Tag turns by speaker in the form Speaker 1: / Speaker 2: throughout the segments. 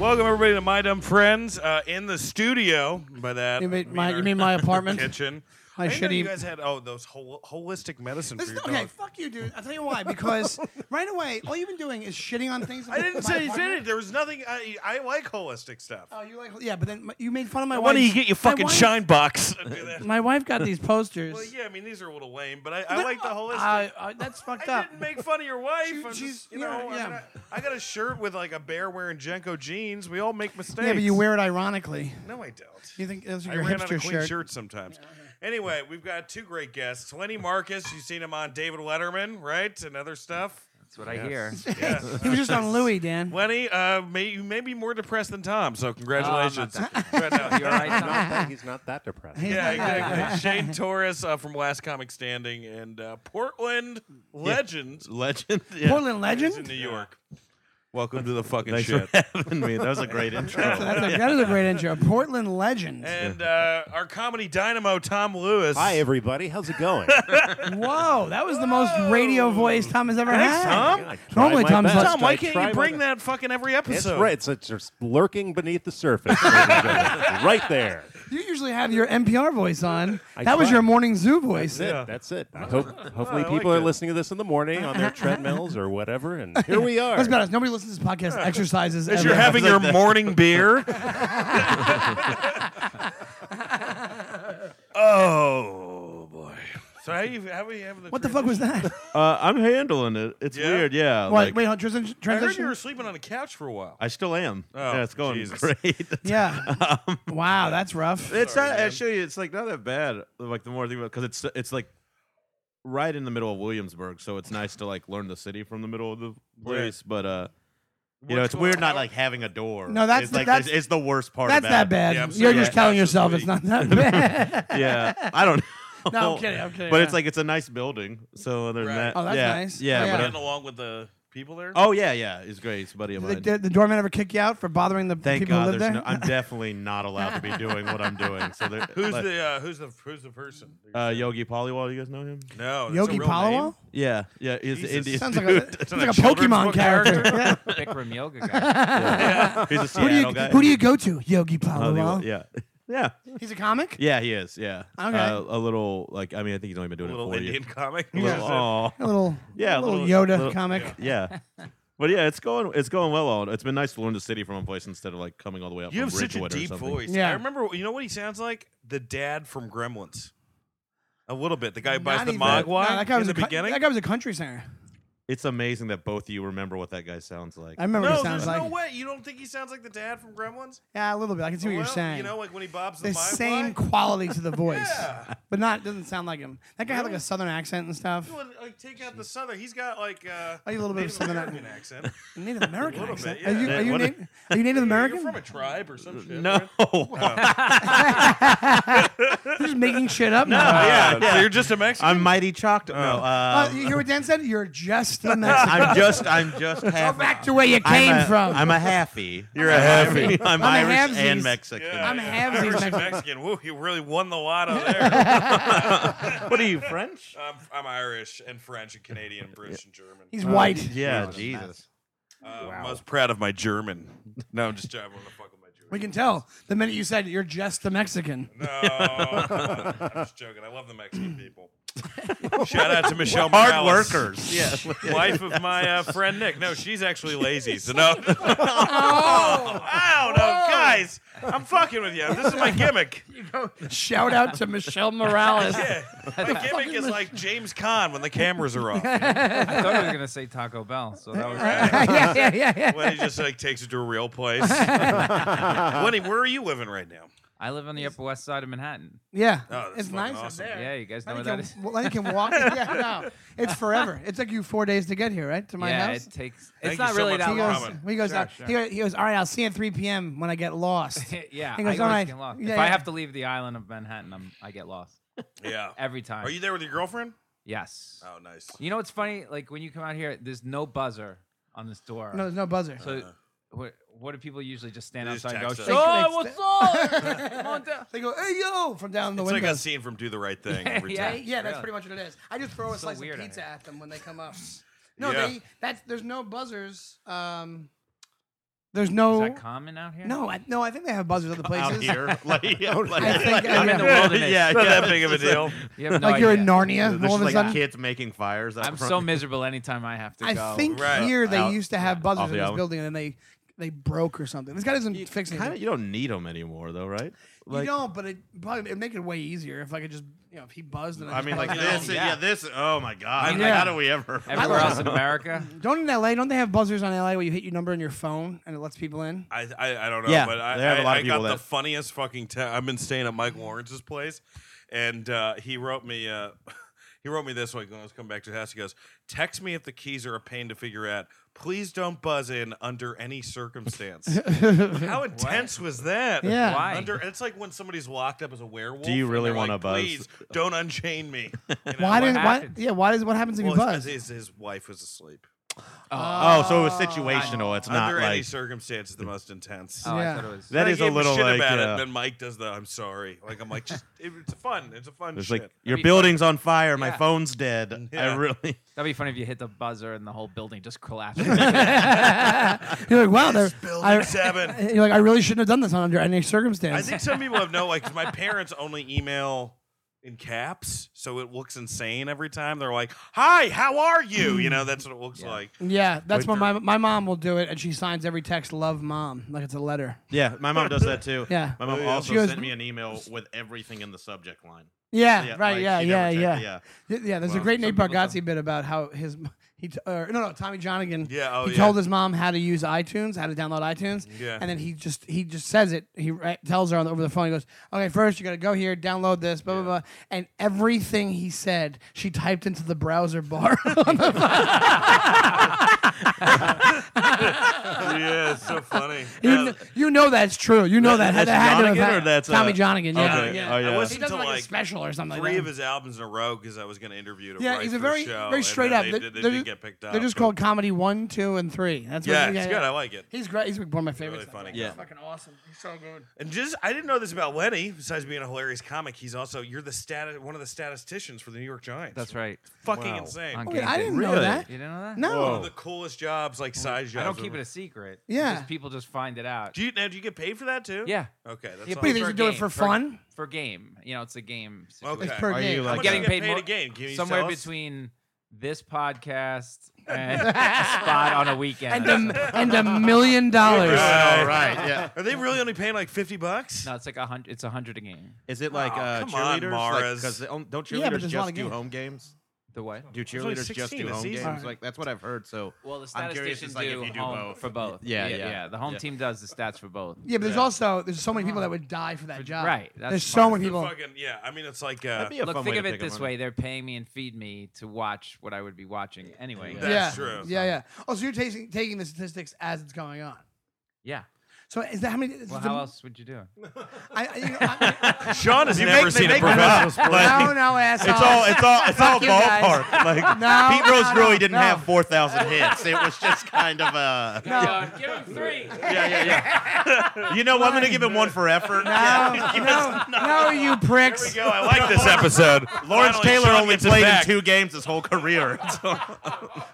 Speaker 1: Welcome everybody to My Dumb Friends uh, in the studio. By that,
Speaker 2: You
Speaker 1: I
Speaker 2: mean my,
Speaker 1: our
Speaker 2: you mean my apartment?
Speaker 1: kitchen?
Speaker 2: My
Speaker 1: I didn't know
Speaker 2: shitty-
Speaker 1: you guys had oh those hol- holistic medicine
Speaker 3: This
Speaker 1: for
Speaker 3: is,
Speaker 1: your
Speaker 3: okay,
Speaker 1: dog.
Speaker 3: fuck you, dude. I'll tell you why. Because right away, all you've been doing is shitting on things.
Speaker 1: I didn't say you did it. There was nothing. I, I like holistic stuff.
Speaker 3: Oh, you like? Yeah, but then my- you made fun of my
Speaker 1: Why
Speaker 3: wife.
Speaker 1: don't you get your
Speaker 2: My
Speaker 1: fucking
Speaker 2: wife-
Speaker 1: shine box? I'd do that.
Speaker 2: My wife got these posters. Oh,
Speaker 1: well, yeah, I mean these are a little lame, but I, I like the holistic.
Speaker 2: I- I- that's fucked
Speaker 1: I
Speaker 2: up.
Speaker 1: didn't make fun of your wife.
Speaker 3: She-
Speaker 1: I'm
Speaker 3: she's-
Speaker 1: just- you
Speaker 3: yeah,
Speaker 1: know, I,
Speaker 3: yeah.
Speaker 1: mean, I- I got a shirt with like a bear wearing Jenko jeans. We all make mistakes.
Speaker 2: Yeah, but you wear it ironically.
Speaker 1: No, I don't.
Speaker 2: You think those are
Speaker 1: I
Speaker 2: your
Speaker 1: ran out
Speaker 2: hipster
Speaker 1: of clean
Speaker 2: shirt?
Speaker 1: shirts sometimes. Anyway, we've got two great guests. Lenny Marcus, you've seen him on David Letterman, right? And other stuff.
Speaker 4: That's what I hear.
Speaker 1: Yes.
Speaker 2: He was just on Louis, Dan.
Speaker 1: Lenny, uh, may, you may be more depressed than Tom, so congratulations.
Speaker 4: You all right, Tom?
Speaker 5: not that- he's not that depressed.
Speaker 1: yeah, exactly. Shane Torres uh, from Last Comic Standing and uh, Portland legend.
Speaker 6: Legend. Yeah.
Speaker 2: Portland
Speaker 1: Legends in
Speaker 2: legend.
Speaker 1: New York. Welcome to the fucking
Speaker 6: Thanks
Speaker 1: shit.
Speaker 6: for having me. That was a great intro.
Speaker 2: That's a, that is a great intro. Portland legend.
Speaker 1: And uh, our comedy dynamo, Tom Lewis.
Speaker 5: Hi, everybody. How's it going?
Speaker 2: Whoa, that was the most radio voice Tom has ever had.
Speaker 1: Tom.
Speaker 5: I tried
Speaker 2: Normally
Speaker 5: my
Speaker 2: Tom's
Speaker 5: best.
Speaker 2: like-
Speaker 1: Tom, why
Speaker 5: I
Speaker 1: can't
Speaker 5: tried
Speaker 1: you
Speaker 5: my
Speaker 1: bring
Speaker 5: best.
Speaker 1: that fucking every
Speaker 5: It's
Speaker 1: episode?
Speaker 5: right. It's, it's just lurking beneath the surface, ladies and gentlemen. right there.
Speaker 2: You usually have your NPR voice on.
Speaker 5: I
Speaker 2: that was
Speaker 5: try.
Speaker 2: your morning zoo voice.
Speaker 5: That's it.
Speaker 1: Yeah.
Speaker 5: That's it. I hope, hopefully,
Speaker 1: I like
Speaker 5: people are
Speaker 1: it.
Speaker 5: listening to this in the morning on their treadmills or whatever. And here we are.
Speaker 2: Let's be honest. Nobody listens to this podcast exercises.
Speaker 1: As
Speaker 2: ever.
Speaker 1: you're having your
Speaker 6: that.
Speaker 1: morning beer. oh boy. So how you how are you having the
Speaker 2: what the
Speaker 1: transition?
Speaker 2: fuck was that?
Speaker 6: Uh, I'm handling it. It's
Speaker 1: Yeah?
Speaker 6: weird. Yeah.
Speaker 2: Wait,
Speaker 6: like,
Speaker 2: wait, hold on. Transition.
Speaker 1: I heard you
Speaker 2: transition?
Speaker 1: were sleeping on a couch for a while.
Speaker 6: I still am.
Speaker 1: Oh,
Speaker 6: yeah, it's going
Speaker 1: Jesus.
Speaker 6: great.
Speaker 2: Yeah. wow, that's rough.
Speaker 6: it's not actually. It's like not that bad. Like the more I think about, because it's it's like right in the middle of Williamsburg, so it's nice to like learn the city from the middle of the place. But uh, you know,
Speaker 1: What's
Speaker 6: it's weird
Speaker 1: going
Speaker 6: not
Speaker 1: on?
Speaker 6: like having a door.
Speaker 2: No, that's
Speaker 6: it's
Speaker 2: the-
Speaker 6: like
Speaker 2: that's-
Speaker 6: it's, it's the worst part.
Speaker 2: That's
Speaker 6: about
Speaker 2: that bad.
Speaker 1: Yeah, I'm
Speaker 2: You're
Speaker 1: sleeping
Speaker 2: just
Speaker 1: on
Speaker 2: telling
Speaker 1: couches
Speaker 2: yourself
Speaker 1: this
Speaker 2: it's not that bad.
Speaker 6: it. Yeah, I don't. know.
Speaker 2: No, I'm kidding, I'm kidding,
Speaker 6: But it's
Speaker 2: yeah.
Speaker 6: like it's a nice building. So other than
Speaker 1: Right.
Speaker 6: that,
Speaker 2: Oh, that's
Speaker 6: yeah,
Speaker 2: nice.
Speaker 6: Yeah,
Speaker 2: Oh,
Speaker 6: but
Speaker 2: yeah.
Speaker 6: uh,
Speaker 1: Getting along with the people there.
Speaker 6: Oh yeah, yeah. He's great. He's a buddy of mine.
Speaker 2: Did the, the doorman ever kick you out for bothering the
Speaker 6: Thank
Speaker 2: people who
Speaker 6: God,
Speaker 2: live
Speaker 6: there's
Speaker 2: there?
Speaker 6: no. I'm definitely not allowed to be doing what I'm doing. So there,
Speaker 1: who's
Speaker 6: like,
Speaker 1: the uh, who's the who's the person?
Speaker 6: uh, Yogi Polywall? You guys know him?
Speaker 1: no, that's a
Speaker 2: Yogi
Speaker 1: real name?
Speaker 2: Palawal?
Speaker 6: Yeah, yeah. He's
Speaker 1: Jesus.
Speaker 6: an Indian
Speaker 2: Sounds like
Speaker 6: dude.
Speaker 2: a, sounds
Speaker 1: Isn't
Speaker 2: like a
Speaker 1: that a children's
Speaker 2: Pokemon
Speaker 1: book
Speaker 2: character.
Speaker 1: character?
Speaker 2: Yeah.
Speaker 4: Bikram yoga guy.
Speaker 6: he's a
Speaker 2: who, do
Speaker 6: Seattle
Speaker 2: you,
Speaker 6: guy.
Speaker 2: who do you go to? Yogi
Speaker 6: Oh, they-
Speaker 2: Palawal.
Speaker 6: yeah, yeah,
Speaker 2: He's a comic?
Speaker 6: yeah. He is. Yeah.
Speaker 2: Okay.
Speaker 6: Uh, a little like I mean I think he's only been doing
Speaker 1: Little
Speaker 6: it for
Speaker 1: Indian
Speaker 6: you.
Speaker 1: comic.
Speaker 6: A little, aw.
Speaker 2: A little,
Speaker 6: Yeah,
Speaker 2: a little,
Speaker 6: little-
Speaker 2: Yoda
Speaker 6: little-
Speaker 2: comic.
Speaker 6: yeah. But yeah, it's going it's going well. On it's been nice to learn the city from a place instead of like coming all the way up.
Speaker 1: You
Speaker 6: from
Speaker 1: have such a
Speaker 6: Ridgewood or
Speaker 1: deep
Speaker 6: something.
Speaker 1: voice.
Speaker 2: Yeah.
Speaker 1: I remember. You know what he sounds like? The dad from Gremlins. A little bit. The guy who buys
Speaker 2: Not
Speaker 1: the
Speaker 2: even-
Speaker 1: Mogwai
Speaker 2: no, that guy
Speaker 1: in
Speaker 2: was
Speaker 1: the
Speaker 2: a cou-
Speaker 1: beginning.
Speaker 2: That guy was a country singer.
Speaker 6: It's amazing that both of you remember what that guy sounds like.
Speaker 2: I remember what
Speaker 1: no,
Speaker 2: it sounds
Speaker 1: there's
Speaker 2: like.
Speaker 1: no way. You don't think he sounds like the dad from Gremlins?
Speaker 2: Yeah, a little bit. I can see what you're
Speaker 1: Well,
Speaker 2: saying.
Speaker 1: You know, like when he bobs the,
Speaker 2: the
Speaker 1: Mogwai?
Speaker 2: same quality to the voice,
Speaker 1: Yeah.
Speaker 2: but not doesn't sound like him. That guy had like
Speaker 1: Really?
Speaker 2: a southern accent and stuff.
Speaker 1: Well, like take out the southern. He's got like uh,
Speaker 2: A little bit of
Speaker 1: Native
Speaker 2: Southern
Speaker 1: American accent.
Speaker 2: Native American
Speaker 1: little
Speaker 2: accent.
Speaker 1: bit,
Speaker 2: Are you
Speaker 1: yeah.
Speaker 2: are you,
Speaker 6: What
Speaker 2: Native, are you Native
Speaker 1: You're
Speaker 2: American?
Speaker 1: from a tribe or some shit.
Speaker 6: Uh, No.
Speaker 1: right?
Speaker 2: You're just making shit up. No.
Speaker 1: yeah,
Speaker 6: yeah.
Speaker 1: So you're just a Mexican.
Speaker 6: I'm mighty chocked. no, uh,
Speaker 2: you hear what Dan said? You're just a Mexican.
Speaker 6: I'm just I'm just half.
Speaker 2: Go back to where you came
Speaker 6: I'm a,
Speaker 2: from.
Speaker 6: I'm a halfy.
Speaker 1: You're a halfy.
Speaker 6: I'm,
Speaker 2: a
Speaker 6: Irish
Speaker 2: halfsies.
Speaker 6: and Mexican.
Speaker 1: Yeah,
Speaker 2: I'm
Speaker 1: yeah.
Speaker 2: half
Speaker 1: Irish
Speaker 2: these
Speaker 1: and
Speaker 2: Mexican.
Speaker 1: Mexican. Woo, you really won the lotto there.
Speaker 6: What are you French?
Speaker 1: I'm, I'm Irish and French and Canadian, and British and German.
Speaker 2: He's white.
Speaker 6: Yeah, Jesus.
Speaker 1: Uh, Most proud of my German. No, I'm just joking. I want to fuck with my German.
Speaker 2: We can tell the minute you said you're just a Mexican.
Speaker 1: No, I'm just joking. I love the Mexican people. Shout out to Michelle
Speaker 6: Hard
Speaker 1: Morales,
Speaker 6: workers. Yeah.
Speaker 1: wife of my uh, friend Nick. No, she's actually lazy. So no. oh, wow, no, guys, I'm fucking with you. This is my gimmick.
Speaker 2: Shout out to Michelle Morales.
Speaker 1: Yeah, my gimmick is like James Caan when the cameras are off.
Speaker 4: I thought you were gonna say Taco Bell, so that was
Speaker 2: yeah, yeah, yeah, yeah.
Speaker 1: When he just like takes it to a real place. Wendy, where are you living right now?
Speaker 4: I live on the Upper West Side of Manhattan.
Speaker 2: Yeah,
Speaker 1: Oh, that's
Speaker 2: it's
Speaker 1: fucking
Speaker 2: nice up
Speaker 1: awesome.
Speaker 2: there.
Speaker 4: Yeah, you guys know
Speaker 2: Lenny
Speaker 4: where that
Speaker 2: can,
Speaker 4: is.
Speaker 2: well, Lenny can walk. yeah, no, it's forever. It took you four days to get here, right? To my
Speaker 4: yeah,
Speaker 2: house.
Speaker 4: it takes.
Speaker 1: Thank
Speaker 4: it's
Speaker 1: you
Speaker 4: not
Speaker 1: so
Speaker 4: really
Speaker 1: much
Speaker 4: that
Speaker 2: he
Speaker 1: for
Speaker 2: goes.
Speaker 4: long.
Speaker 1: coming.
Speaker 2: He goes.
Speaker 4: Sure,
Speaker 2: uh,
Speaker 4: sure.
Speaker 2: He, goes he goes. All right, I'll see you at 3 p.m. when I get lost.
Speaker 4: yeah,
Speaker 2: He
Speaker 4: I
Speaker 2: goes,
Speaker 4: always
Speaker 2: "All right,
Speaker 4: get lost.
Speaker 2: yeah,
Speaker 4: if I
Speaker 2: yeah."
Speaker 4: have to leave the island of Manhattan, I'm, I get lost
Speaker 1: Yeah.
Speaker 4: every time.
Speaker 1: Are you there with your girlfriend?
Speaker 4: Yes.
Speaker 1: Oh, nice.
Speaker 4: You know what's funny? Like when you come out here, there's no buzzer on this door.
Speaker 2: no, there's no buzzer.
Speaker 4: So what, what do people usually just stand
Speaker 1: Uh-huh. They just
Speaker 4: outside and go,
Speaker 1: text us.
Speaker 4: "Sure,
Speaker 2: They- they-
Speaker 4: what's up? Come on down."
Speaker 2: they go, "Hey yo!" from down the
Speaker 1: It's like
Speaker 2: window.
Speaker 1: a scene from Do the Right Thing. Every
Speaker 4: yeah.
Speaker 1: time.
Speaker 2: yeah, that's
Speaker 4: Really?
Speaker 2: pretty much what it is. I just throw a
Speaker 4: So
Speaker 2: slice
Speaker 4: weird
Speaker 2: of
Speaker 4: out
Speaker 2: pizza
Speaker 4: here.
Speaker 2: at them when they come up. No,
Speaker 1: Yeah.
Speaker 2: they that's there's no buzzers. Um, There's no.
Speaker 4: Is that common out here?
Speaker 2: no, I, no. I think they have buzzers other places.
Speaker 6: out here. Like, yeah, like,
Speaker 2: I think uh,
Speaker 6: yeah,
Speaker 4: I'm in the wilderness.
Speaker 6: yeah,
Speaker 1: It's not that
Speaker 6: it's
Speaker 1: big of a
Speaker 6: just like-
Speaker 1: deal.
Speaker 4: You have no
Speaker 2: like you're in
Speaker 4: idea.
Speaker 2: Narnia, and
Speaker 6: There's
Speaker 2: all of
Speaker 6: just
Speaker 2: a
Speaker 6: like
Speaker 2: sudden.
Speaker 6: kids making fires. out
Speaker 4: I'm
Speaker 6: front.
Speaker 4: so miserable anytime I have to go.
Speaker 2: I think
Speaker 1: Right.
Speaker 2: here they
Speaker 6: Out-
Speaker 2: used to have
Speaker 6: off
Speaker 2: buzzers
Speaker 6: the
Speaker 2: in this
Speaker 6: island.
Speaker 2: building, and then they they broke or something. This guy doesn't fix anything.
Speaker 6: Kinda, you don't need them anymore, though, right? Like,
Speaker 2: you don't, but it probably it'd make it way easier if I could just you know if he buzzed. And
Speaker 6: I mean, like
Speaker 2: buzzed
Speaker 6: this.
Speaker 2: it.
Speaker 6: Yeah. this. Oh my god!
Speaker 4: mean,
Speaker 6: like,
Speaker 2: yeah.
Speaker 6: How do we ever?
Speaker 2: I
Speaker 4: Everywhere
Speaker 2: love-
Speaker 4: else in America,
Speaker 2: Don't in L.A. Don't they have buzzers on L.A. where you hit your number on your phone and it lets people in?
Speaker 1: I, I, I don't know,
Speaker 6: Yeah,
Speaker 1: but I,
Speaker 6: they have a
Speaker 1: I-
Speaker 6: lot of
Speaker 1: I got
Speaker 6: people
Speaker 1: the
Speaker 6: that-
Speaker 1: funniest fucking. Te- I've been staying at Mike Lawrence's place, and uh, he wrote me. Uh, he wrote me this week when I was coming back to the house. He goes, "Text me if the keys are a pain to figure out. Please don't buzz in under any circumstance." How intense was that?
Speaker 2: Yeah.
Speaker 4: Why?
Speaker 1: Under it's like when somebody's locked up as a werewolf.
Speaker 6: Do you
Speaker 1: and
Speaker 6: really
Speaker 1: they're
Speaker 6: wanna
Speaker 1: like,
Speaker 6: buzz?
Speaker 1: Please don't unchain me. You know,
Speaker 2: Why
Speaker 1: like,
Speaker 2: did why,
Speaker 4: happens?
Speaker 2: yeah? Why does what happens if you
Speaker 1: well, his,
Speaker 2: buzz?
Speaker 1: his, his wife was asleep.
Speaker 6: Oh, so it was situational. It's not
Speaker 1: Under any
Speaker 6: like
Speaker 1: circumstance, the most intense.
Speaker 4: oh,
Speaker 2: Yeah.
Speaker 4: I thought it was.
Speaker 6: That
Speaker 1: Then I
Speaker 6: is a
Speaker 1: gave him
Speaker 6: little
Speaker 1: shit
Speaker 6: like,
Speaker 1: about it.
Speaker 6: uh,
Speaker 1: And then Mike does the I'm sorry. Like I'm like just it, it's fun. It's a fun
Speaker 6: it's
Speaker 1: shit.
Speaker 6: like your
Speaker 4: be
Speaker 6: building's on fire. My
Speaker 4: Yeah.
Speaker 6: phone's dead. I
Speaker 1: Yeah.
Speaker 6: really.
Speaker 4: That'd be funny if you hit the buzzer and the whole building just collapses.
Speaker 2: you're like, wow, they're, I,
Speaker 1: Building seven.
Speaker 2: you're like, I really shouldn't have done this under any circumstance.
Speaker 1: I think some people have no like 'cause my parents only email in caps, so it looks insane every time. They're like, "Hi, how are you?" You know,
Speaker 6: Mm.
Speaker 1: that's what it looks
Speaker 4: Yeah.
Speaker 1: like.
Speaker 2: yeah, that's
Speaker 1: Wait,
Speaker 2: what my my mom will do it, and she signs every text "Love Mom" like it's a letter.
Speaker 6: Yeah, my mom does that too.
Speaker 2: Yeah.
Speaker 6: my mom
Speaker 1: Oh, yeah.
Speaker 6: also
Speaker 2: She goes-
Speaker 6: sent me an email with everything in the subject line.
Speaker 2: Yeah, right.
Speaker 6: like,
Speaker 2: yeah,
Speaker 6: she
Speaker 2: yeah,
Speaker 6: never checked-
Speaker 2: yeah,
Speaker 6: yeah.
Speaker 2: Y- yeah. There's a
Speaker 6: Well,
Speaker 2: great Nate
Speaker 4: some people
Speaker 2: Bargatze bit about how his he t- or, no no Tommy Johnigan.
Speaker 1: Yeah, oh,
Speaker 2: he
Speaker 1: yeah.
Speaker 2: told his mom how to use iTunes, how to download iTunes.
Speaker 1: Yeah.
Speaker 2: And then he just he just says it. He ri- tells her on the, over the phone. He goes, "Okay, first you gotta go here, download this, blah blah blah." And everything he said, she typed into the browser bar.
Speaker 1: yeah, it's so funny.
Speaker 2: you, kn- you know that's true. You know that
Speaker 6: That's
Speaker 2: that had to have
Speaker 6: Johnigan
Speaker 2: had-
Speaker 6: or that's, uh,
Speaker 2: Tommy Johnigan. Yeah,
Speaker 6: okay.
Speaker 2: yeah.
Speaker 6: Oh, yeah.
Speaker 1: I
Speaker 2: He
Speaker 1: listened
Speaker 2: does
Speaker 1: to
Speaker 2: like,
Speaker 1: like
Speaker 2: a special or something like
Speaker 1: three
Speaker 2: that.
Speaker 1: of his albums in a row because I was going to interview to
Speaker 2: yeah,
Speaker 1: write
Speaker 2: he's
Speaker 1: for
Speaker 2: a
Speaker 1: the
Speaker 2: very
Speaker 1: show,
Speaker 2: very
Speaker 1: and
Speaker 2: straight
Speaker 1: then
Speaker 2: up.
Speaker 1: They,
Speaker 2: They're-
Speaker 1: did- they
Speaker 2: they're
Speaker 1: did
Speaker 2: just-
Speaker 1: get picked up.
Speaker 2: They're just
Speaker 1: but-
Speaker 2: called comedy one, two, and three. That's what
Speaker 1: Yeah,
Speaker 2: you
Speaker 1: it's
Speaker 2: got-
Speaker 1: good. I like it.
Speaker 2: He's great. He's one of my favorites.
Speaker 1: Really funny.
Speaker 6: Yeah.
Speaker 2: Fucking awesome. He's so good.
Speaker 1: And just I didn't know this about Lenny. Besides being a hilarious comic, he's also you're the stat one of the statisticians for the New York Giants.
Speaker 4: That's right.
Speaker 1: fucking
Speaker 6: Wow.
Speaker 1: insane.
Speaker 4: On
Speaker 1: One
Speaker 2: Wait, I
Speaker 4: Gaping.
Speaker 2: didn't know
Speaker 6: Really?
Speaker 2: that.
Speaker 4: You didn't know that?
Speaker 2: No.
Speaker 1: of the coolest jobs, like side jobs.
Speaker 4: I don't keep it a secret.
Speaker 2: Yeah.
Speaker 4: Just people just find it out.
Speaker 1: Do you now? Do you get paid for that too?
Speaker 4: Yeah.
Speaker 1: Okay. That's
Speaker 4: Yeah,
Speaker 1: all.
Speaker 2: What do you think you
Speaker 4: For a
Speaker 2: do it
Speaker 4: game,
Speaker 2: for
Speaker 4: for a-
Speaker 2: fun?
Speaker 4: For game, you know, it's a game. situation.
Speaker 1: Okay.
Speaker 2: It's per
Speaker 6: Are
Speaker 2: game.
Speaker 6: you
Speaker 1: How
Speaker 6: like
Speaker 1: much
Speaker 4: getting
Speaker 1: do you get
Speaker 4: paid
Speaker 1: paid
Speaker 4: more-
Speaker 1: a game? Can you
Speaker 4: somewhere
Speaker 1: tell us?
Speaker 4: between this podcast and a spot on a weekend.
Speaker 2: and
Speaker 4: or
Speaker 2: a, and a million dollars.
Speaker 1: Yeah.
Speaker 6: All right. Yeah.
Speaker 1: Are they really only paying like fifty bucks?
Speaker 4: No, it's like a hundred. It's a hundred a game.
Speaker 6: Is it like
Speaker 1: Oh,
Speaker 6: uh,
Speaker 1: come on,
Speaker 6: cheerleaders?
Speaker 1: Maras.
Speaker 6: Because don't
Speaker 2: Yeah, but
Speaker 6: cheerleaders
Speaker 2: there's a lot
Speaker 6: just
Speaker 2: of
Speaker 6: do
Speaker 2: games.
Speaker 6: home games?
Speaker 4: The what?
Speaker 6: Do
Speaker 1: only
Speaker 6: cheerleaders just
Speaker 1: 16
Speaker 6: do
Speaker 1: a
Speaker 6: home games?
Speaker 1: season.
Speaker 6: Like that's what I've heard. So
Speaker 4: Well, the
Speaker 6: I'm curious,
Speaker 4: statisticians
Speaker 6: it's like if
Speaker 4: do,
Speaker 6: you do
Speaker 4: home
Speaker 6: both.
Speaker 4: for both.
Speaker 6: Yeah,
Speaker 4: yeah,
Speaker 6: yeah.
Speaker 4: The home team does the stats for both.
Speaker 2: Yeah, but there's
Speaker 6: Yeah.
Speaker 2: also there's so many people that would die for that job.
Speaker 4: Right, that's
Speaker 2: there's
Speaker 4: part
Speaker 2: so
Speaker 4: of
Speaker 2: many
Speaker 1: They're
Speaker 2: people.
Speaker 1: Fucking, yeah. I mean, it's like uh,
Speaker 6: That'd be a
Speaker 4: Look,
Speaker 6: fun
Speaker 4: think
Speaker 6: way
Speaker 4: of
Speaker 6: to
Speaker 4: it
Speaker 6: pick up
Speaker 4: this
Speaker 6: money.
Speaker 4: way: they're paying me and feed me to watch what I would be watching anyway.
Speaker 1: Yeah.
Speaker 4: Yeah.
Speaker 2: yeah.
Speaker 1: That's true.
Speaker 2: Yeah, yeah. Oh, so you're taking taking the statistics as it's going on. So is that how many? is
Speaker 4: Well,
Speaker 2: the-
Speaker 4: how else would you do it?
Speaker 2: I, I, you know, I,
Speaker 1: Sean has
Speaker 6: You
Speaker 1: never
Speaker 6: make- they
Speaker 1: seen a
Speaker 6: make that up.
Speaker 1: professional sport.
Speaker 6: Like,
Speaker 2: no, no, asshole.
Speaker 6: It's all it's all it's all
Speaker 2: you guys.
Speaker 6: ballpark. Like
Speaker 4: Oh,
Speaker 2: No,
Speaker 6: Pete Rose
Speaker 2: no,
Speaker 6: really
Speaker 2: no,
Speaker 6: didn't
Speaker 2: no.
Speaker 6: have four thousand hits. It was just kind of a
Speaker 4: give him three.
Speaker 6: yeah yeah yeah. You know I'm gonna give him one for effort.
Speaker 2: no, no, no, you
Speaker 1: Here we
Speaker 2: pricks.
Speaker 1: go. I like this episode.
Speaker 6: Lawrence
Speaker 1: Finally,
Speaker 6: Taylor
Speaker 1: Sean
Speaker 6: only
Speaker 1: gets it
Speaker 6: played in
Speaker 1: back.
Speaker 6: two games his whole career. So-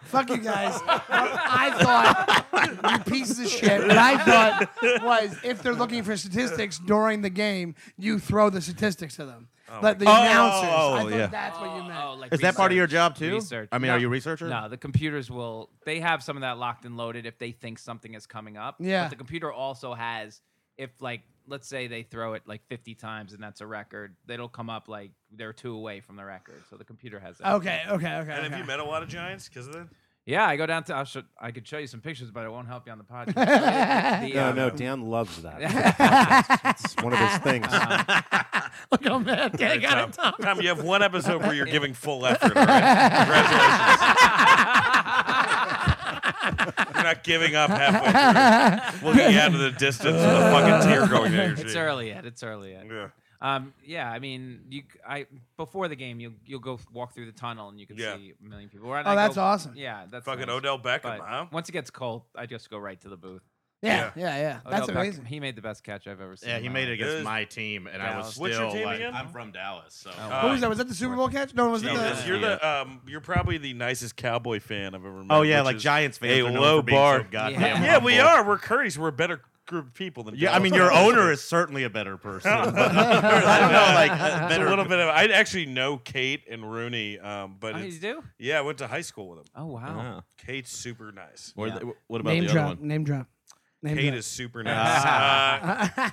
Speaker 2: Fuck you guys. What I thought you pieces of shit. What I thought was if they're looking for statistics during the game, you throw the statistics to them. Let the
Speaker 6: God. Oh,
Speaker 2: announcers.
Speaker 6: oh,
Speaker 2: I thought
Speaker 6: yeah.
Speaker 2: that's what you meant.
Speaker 4: like
Speaker 6: Is that part of your
Speaker 4: research.
Speaker 6: job too?
Speaker 4: Research.
Speaker 6: I mean,
Speaker 4: No.
Speaker 6: are you a researcher?
Speaker 4: No, the computers will. They have some of that locked and loaded if they think something is coming up.
Speaker 2: Yeah.
Speaker 4: But the computer also has, if like, let's say they throw it like 50 times and that's a record, it'll come up like they're two away from the record. So the computer has that.
Speaker 2: Okay, okay,
Speaker 1: Oh.
Speaker 2: okay.
Speaker 1: And have
Speaker 2: okay.
Speaker 1: you met a lot of giants? Because then
Speaker 4: Yeah, I go down to. I'll show, I could show you some pictures, but it won't help you on the podcast. The,
Speaker 5: No,
Speaker 4: um,
Speaker 5: no, Dan loves that. it's one of his things.
Speaker 2: Look how mad I got it.
Speaker 1: Tom, Tom, you have one episode where you're giving full effort. All right? Congratulations. you're not giving up halfway through. Looking out of the distance with a fucking tear going down your cheek.
Speaker 4: It's early yet. It's early yet.
Speaker 1: Yeah.
Speaker 4: Um, yeah, I mean, you, c- I before the game, you'll you'll go walk through the tunnel and you can
Speaker 1: Yeah.
Speaker 4: see a million people. Where
Speaker 2: Oh,
Speaker 4: I
Speaker 2: that's
Speaker 4: go-
Speaker 2: awesome.
Speaker 4: Yeah, that's
Speaker 1: Fucking
Speaker 4: nice.
Speaker 1: Odell Beckham,
Speaker 4: But
Speaker 1: huh?
Speaker 4: once it gets cold, I just go right to the booth.
Speaker 2: Yeah, yeah, yeah.
Speaker 1: Oh,
Speaker 2: That's
Speaker 4: Odell Beckham,
Speaker 2: amazing.
Speaker 4: He made the best catch I've ever seen.
Speaker 7: Yeah,
Speaker 4: in
Speaker 7: he
Speaker 4: my
Speaker 7: made it
Speaker 4: life.
Speaker 7: against
Speaker 1: Is-
Speaker 7: my team, and I was
Speaker 4: Dallas.
Speaker 7: still
Speaker 1: What's your team
Speaker 7: like,
Speaker 1: again?
Speaker 7: I'm from Dallas, so Um,
Speaker 4: Oh,
Speaker 2: What was that? Was that the Super Bowl catch? No, was it
Speaker 1: Jesus,
Speaker 2: the?
Speaker 1: you're the um, you're probably the nicest cowboy fan I've ever met.
Speaker 7: Oh yeah,
Speaker 1: which
Speaker 7: like
Speaker 1: is
Speaker 7: Giants fans.
Speaker 1: a
Speaker 7: are known
Speaker 1: low
Speaker 7: for being
Speaker 1: bar.
Speaker 7: So goddamn
Speaker 4: Yeah.
Speaker 1: Yeah, we
Speaker 7: humble.
Speaker 1: are. We're courteous. We're a better group of people than.
Speaker 7: Yeah, I mean, your owner is certainly a better person. but I don't know, like a
Speaker 1: It's
Speaker 7: better.
Speaker 1: a little bit of. I actually know Kate and Rooney, um, but
Speaker 4: Oh,
Speaker 1: it's-
Speaker 4: you do?
Speaker 1: yeah, I went to high school with them.
Speaker 4: Oh wow.
Speaker 1: Kate's super nice.
Speaker 6: Where
Speaker 4: Yeah.
Speaker 6: the- wh- what about
Speaker 2: Name
Speaker 6: the other
Speaker 2: drop.
Speaker 6: one?
Speaker 2: Name drop. Name
Speaker 1: Kate
Speaker 2: drop.
Speaker 1: is super nice. uh, uh,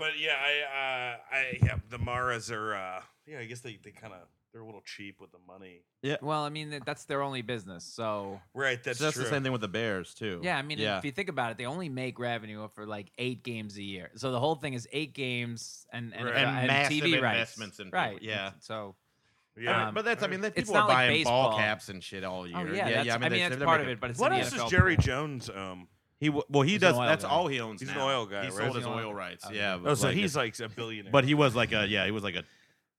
Speaker 1: but yeah, I, uh, I yeah, the Maras are. Uh, yeah, I guess they, they kind of they're a little cheap with the money.
Speaker 4: Well, I mean that- that's their only business. So
Speaker 1: Right, that's,
Speaker 6: So that's
Speaker 1: true.
Speaker 6: the same thing with the Bears too.
Speaker 4: yeah, I mean
Speaker 6: yeah.
Speaker 4: if you think about it, they only make revenue for like eight games a year. So the whole thing is eight games and and,
Speaker 1: Right.
Speaker 4: uh,
Speaker 7: And massive
Speaker 4: TV
Speaker 7: investments
Speaker 4: rights.
Speaker 7: in people.
Speaker 4: right.
Speaker 7: Yeah.
Speaker 4: So
Speaker 1: Yeah.
Speaker 4: Um,
Speaker 7: but that's, I mean, that
Speaker 4: it's
Speaker 7: people are
Speaker 4: not like
Speaker 7: buying ball
Speaker 4: baseball.
Speaker 7: caps and shit all year.
Speaker 4: oh yeah, that's,
Speaker 6: yeah, I
Speaker 4: I
Speaker 6: mean,
Speaker 4: mean,
Speaker 6: they-
Speaker 4: that's
Speaker 6: they're
Speaker 4: part of
Speaker 6: making-
Speaker 4: it. But it's
Speaker 1: what
Speaker 4: in the
Speaker 1: else
Speaker 4: NFL
Speaker 1: is Jerry
Speaker 4: pool.
Speaker 1: Jones? Um,
Speaker 6: He w- well he
Speaker 4: He's an
Speaker 6: does.
Speaker 4: oil
Speaker 6: That's
Speaker 4: guy.
Speaker 6: all he owns.
Speaker 1: He's an
Speaker 6: now.
Speaker 1: oil guy,
Speaker 6: He
Speaker 1: right?
Speaker 6: sold
Speaker 1: He's
Speaker 6: his
Speaker 4: an oil-
Speaker 6: oil rights.
Speaker 4: Okay.
Speaker 6: Yeah.
Speaker 1: oh,
Speaker 6: but
Speaker 1: so
Speaker 6: like
Speaker 1: he's
Speaker 6: it's-
Speaker 1: like a billionaire.
Speaker 6: But he was like a yeah. He was like a.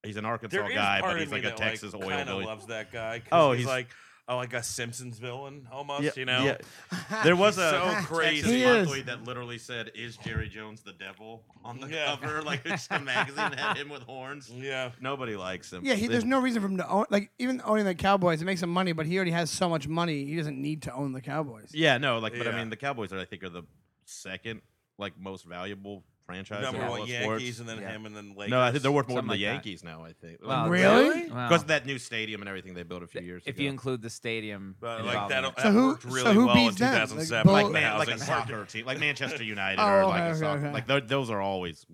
Speaker 6: He's an Arkansas
Speaker 1: there is
Speaker 6: guy,
Speaker 1: part
Speaker 6: but
Speaker 1: of
Speaker 6: he's
Speaker 1: me
Speaker 6: like a
Speaker 1: that,
Speaker 6: Texas
Speaker 1: like,
Speaker 6: oil.
Speaker 1: kind of
Speaker 6: Billy.
Speaker 1: loves that guy. 'cause
Speaker 6: Oh,
Speaker 1: he's,
Speaker 6: he's-
Speaker 1: like oh, like a Simpsons villain almost.
Speaker 6: Yeah,
Speaker 1: you know,
Speaker 6: yeah. There was a.
Speaker 1: so
Speaker 7: Texas
Speaker 1: crazy.
Speaker 2: He is.
Speaker 7: monthly that literally said, "Is Jerry Jones the devil?" on the
Speaker 1: Yeah.
Speaker 7: cover, like it's a magazine that had him with horns.
Speaker 1: Yeah,
Speaker 6: Nobody likes him.
Speaker 2: Yeah, he,
Speaker 6: They-
Speaker 2: there's no reason for him to own. Like even owning the Cowboys, it makes him money, but he already has so much money, he doesn't need to own the Cowboys.
Speaker 6: Yeah, no, like, but
Speaker 1: Yeah.
Speaker 6: I mean, the Cowboys are, I think, are the second, like, most valuable franchise.
Speaker 1: number
Speaker 6: in all
Speaker 1: one
Speaker 6: of
Speaker 1: Yankees,
Speaker 6: sports.
Speaker 1: and then
Speaker 4: Yeah.
Speaker 1: him, and then Lakers.
Speaker 6: No, I think they're worth more than the
Speaker 4: Something like that.
Speaker 6: Yankees now. I think
Speaker 4: Well,
Speaker 2: Really?
Speaker 4: Wow.
Speaker 6: because of that new stadium and everything they built a few years
Speaker 4: if
Speaker 6: ago.
Speaker 4: you include the stadium,
Speaker 1: But like
Speaker 4: involvement.
Speaker 1: that, that
Speaker 2: So who-
Speaker 1: worked
Speaker 2: so
Speaker 1: really
Speaker 2: who
Speaker 1: well in
Speaker 2: beats them? Like,
Speaker 1: 2007. Like,
Speaker 2: both-
Speaker 1: the
Speaker 7: Man, like a
Speaker 1: housing
Speaker 7: soccer team, like Manchester United
Speaker 2: Oh,
Speaker 7: or
Speaker 2: okay,
Speaker 7: like a
Speaker 2: okay,
Speaker 7: soccer.
Speaker 2: okay.
Speaker 7: Like tho- those are always.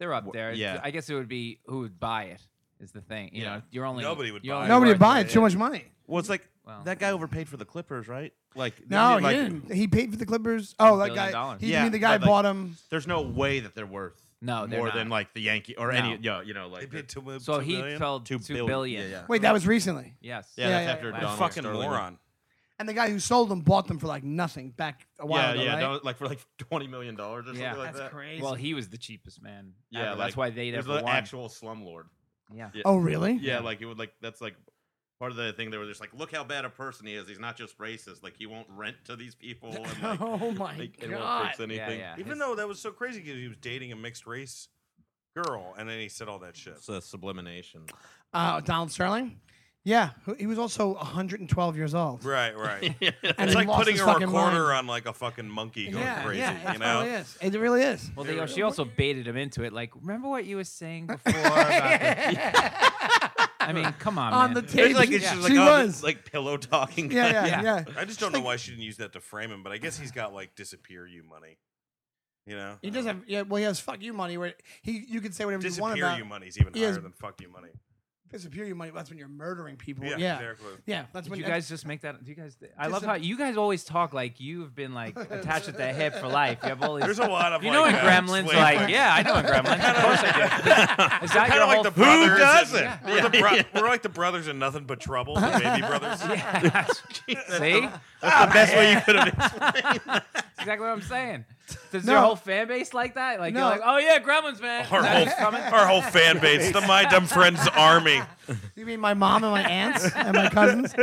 Speaker 4: they're up
Speaker 6: Wh-
Speaker 4: there.
Speaker 6: yeah.
Speaker 4: I guess it would be who would buy it is the thing. You
Speaker 6: Yeah.
Speaker 4: know, you're only
Speaker 1: Nobody would
Speaker 4: you're
Speaker 1: buy
Speaker 4: only
Speaker 1: it.
Speaker 2: Nobody would
Speaker 4: worth
Speaker 2: buy
Speaker 4: what
Speaker 2: it. Too much money.
Speaker 6: well, it's like
Speaker 4: Well.
Speaker 6: that guy overpaid for the Clippers, right? Like,
Speaker 2: No,
Speaker 6: like,
Speaker 2: he didn't. He paid for the Clippers. Oh, that
Speaker 4: Billion
Speaker 2: guy.
Speaker 4: dollars.
Speaker 2: He, you
Speaker 6: Yeah,
Speaker 2: mean the guy
Speaker 6: but, like-
Speaker 2: bought him.
Speaker 6: There's no way that they're worth
Speaker 4: No, they're
Speaker 6: more than
Speaker 4: not.
Speaker 6: like the Yankee or any.
Speaker 4: No.
Speaker 6: Yeah, you know, like
Speaker 1: They paid two mil-
Speaker 4: So
Speaker 1: two
Speaker 4: he
Speaker 1: million?
Speaker 4: sold
Speaker 6: two
Speaker 4: two
Speaker 6: billion.
Speaker 4: billion.
Speaker 6: Yeah, yeah.
Speaker 2: Wait, that was recently.
Speaker 4: Yes.
Speaker 6: yeah,
Speaker 2: Yeah,
Speaker 6: that's
Speaker 2: yeah,
Speaker 6: after
Speaker 4: yeah.
Speaker 1: What a
Speaker 6: Donald
Speaker 1: fucking
Speaker 6: Sterling.
Speaker 1: moron.
Speaker 2: And the guy who sold them bought them for like nothing back a while
Speaker 6: Yeah,
Speaker 2: ago.
Speaker 6: yeah,
Speaker 2: right?
Speaker 6: don't- like for like twenty million dollars or something
Speaker 4: Yeah.
Speaker 6: like
Speaker 4: That's
Speaker 6: that.
Speaker 3: crazy.
Speaker 4: Well, he was the cheapest man.
Speaker 6: Yeah,
Speaker 4: ever.
Speaker 6: like,
Speaker 4: that's why they
Speaker 6: He was
Speaker 4: never
Speaker 6: the
Speaker 4: won.
Speaker 6: actual slumlord.
Speaker 4: yeah.
Speaker 2: Oh, really?
Speaker 6: Yeah, like it would like that's like part of the thing. They were just like, look how bad a person he is. He's not just racist. Like he won't rent to these people. And, like,
Speaker 2: oh my
Speaker 6: like, it won't
Speaker 2: god.
Speaker 6: fix anything.
Speaker 4: yeah.
Speaker 1: Even
Speaker 4: His-
Speaker 1: though that was so crazy because he was dating a mixed race girl, and then he said all that shit.
Speaker 6: It's a sublimination.
Speaker 2: Uh, Donald Sterling.
Speaker 3: Yeah, who- he was also 112 years old.
Speaker 1: Right, right.
Speaker 2: And
Speaker 1: it's
Speaker 2: he
Speaker 1: like
Speaker 2: lost
Speaker 1: putting
Speaker 2: his
Speaker 1: a
Speaker 2: fucking
Speaker 1: recorder
Speaker 2: mind.
Speaker 1: on like a fucking monkey going
Speaker 2: Yeah,
Speaker 1: crazy.
Speaker 2: yeah,
Speaker 1: you
Speaker 2: it
Speaker 1: know,
Speaker 2: really is. It really is.
Speaker 4: Well, they, she also baited him into it. Like, remember what you were saying before? I mean, come on,
Speaker 2: On the
Speaker 4: man.
Speaker 2: tape,
Speaker 6: like,
Speaker 2: she,
Speaker 6: it's just like,
Speaker 2: she
Speaker 6: oh,
Speaker 2: was.
Speaker 6: this, like pillow talking.
Speaker 2: yeah, yeah, yeah,
Speaker 4: Yeah.
Speaker 1: I just don't know why she didn't use that to frame him, but I guess he's got like disappear you money. You know, Uh,
Speaker 2: He does have. Yeah, well, he has fuck you money. Where he, you can say whatever you want
Speaker 1: disappear
Speaker 2: about
Speaker 1: you money's even
Speaker 2: He
Speaker 1: higher
Speaker 2: is-
Speaker 1: than fuck you money.
Speaker 2: disappear you money. That's when you're murdering people.
Speaker 1: Yeah,
Speaker 2: Yeah, yeah,
Speaker 1: exactly.
Speaker 2: that's
Speaker 4: Did
Speaker 2: when
Speaker 4: you
Speaker 2: that's-
Speaker 4: guys just make that? Do you guys? I love
Speaker 2: Disap-
Speaker 4: how you guys always talk like you've been like attached at the hip for life. You have all these.
Speaker 1: There's a lot of
Speaker 4: You
Speaker 1: like,
Speaker 4: know, in
Speaker 1: uh,
Speaker 4: Gremlins,
Speaker 1: slave
Speaker 4: like,
Speaker 1: work.
Speaker 4: yeah, I know in Gremlins. Of course I do. Is that
Speaker 1: Kinda
Speaker 4: your
Speaker 1: like
Speaker 4: whole
Speaker 1: the
Speaker 4: thing?
Speaker 1: brothers. in-
Speaker 6: doesn't?
Speaker 4: Yeah.
Speaker 1: We're, the bro- we're like the brothers in nothing but trouble, the baby brothers.
Speaker 4: Yeah. See, that's
Speaker 6: the best way you could have.
Speaker 4: exactly what I'm saying. Does your whole fan base like that? Like,
Speaker 2: No.
Speaker 4: you're like, oh yeah, Gremlins, man. Is
Speaker 1: Our
Speaker 4: that who's
Speaker 1: whole,
Speaker 4: coming?
Speaker 1: our whole fan base, the My Dumb Friends Army.
Speaker 2: You mean my mom and my aunts and my cousins?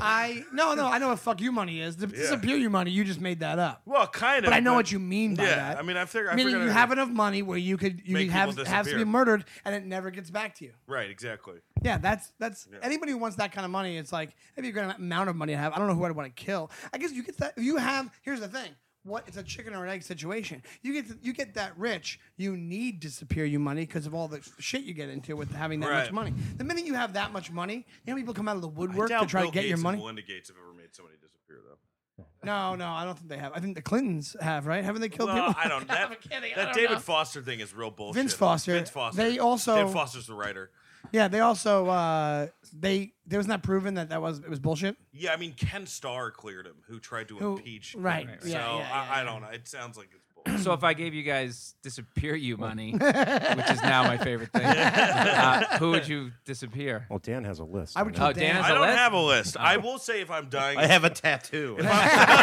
Speaker 2: I no, no. I know what fuck you money is. The disappear you money. You just made that up.
Speaker 1: Well, kind of.
Speaker 2: But I know what you mean by
Speaker 1: Yeah,
Speaker 2: that.
Speaker 1: I mean, I figure. I
Speaker 2: meaning
Speaker 1: figured
Speaker 2: you
Speaker 1: I-
Speaker 2: have enough money where you could you
Speaker 1: Make
Speaker 2: could have
Speaker 1: people
Speaker 2: have to be
Speaker 1: disappear.
Speaker 2: murdered and it never gets back to you.
Speaker 1: Right, exactly.
Speaker 2: Yeah, that's that's anybody who wants that kind of money. It's like maybe a great amount of money to have. I don't know who I'd want to kill. I guess you get that. You have. Here's the thing. What it's a chicken or an egg situation. You get you get that rich, you need disappear you money because of all the shit you get into with having that much
Speaker 1: Right.
Speaker 2: money. The minute you have that much money, you know people come out of the
Speaker 1: I
Speaker 2: woodwork to
Speaker 1: doubt
Speaker 2: try
Speaker 1: Bill
Speaker 2: to get
Speaker 1: Gates
Speaker 2: your
Speaker 1: and
Speaker 2: money.
Speaker 1: Melinda Gates have ever made somebody disappear, though.
Speaker 2: No, no, I don't think they have. I think the Clintons have, right? Haven't they killed
Speaker 1: Well,
Speaker 2: people?
Speaker 1: I don't. That,
Speaker 2: I'm kidding, I
Speaker 1: that
Speaker 2: don't
Speaker 1: David
Speaker 2: know.
Speaker 1: Foster thing is real bullshit.
Speaker 2: Vince Foster.
Speaker 1: Vince Foster.
Speaker 2: They also-
Speaker 1: David Foster's the writer.
Speaker 2: Yeah, they also uh, they there was not proven that that was it was bullshit.
Speaker 1: Yeah, I mean Ken Starr cleared him, who tried to
Speaker 2: Who-
Speaker 1: impeach.
Speaker 2: right,
Speaker 1: Clinton. So
Speaker 2: yeah,
Speaker 1: I,
Speaker 2: yeah, yeah,
Speaker 1: I don't know. It sounds like it's bullshit.
Speaker 4: So if I gave you guys disappear you money, which is now my favorite thing, uh, who would you disappear?
Speaker 5: Well, Dan has a list.
Speaker 2: I would
Speaker 5: know.
Speaker 4: Oh, Dan has
Speaker 1: I
Speaker 4: a
Speaker 1: don't
Speaker 4: list?
Speaker 1: have a list. I will say if I'm dying,
Speaker 6: I have a tattoo.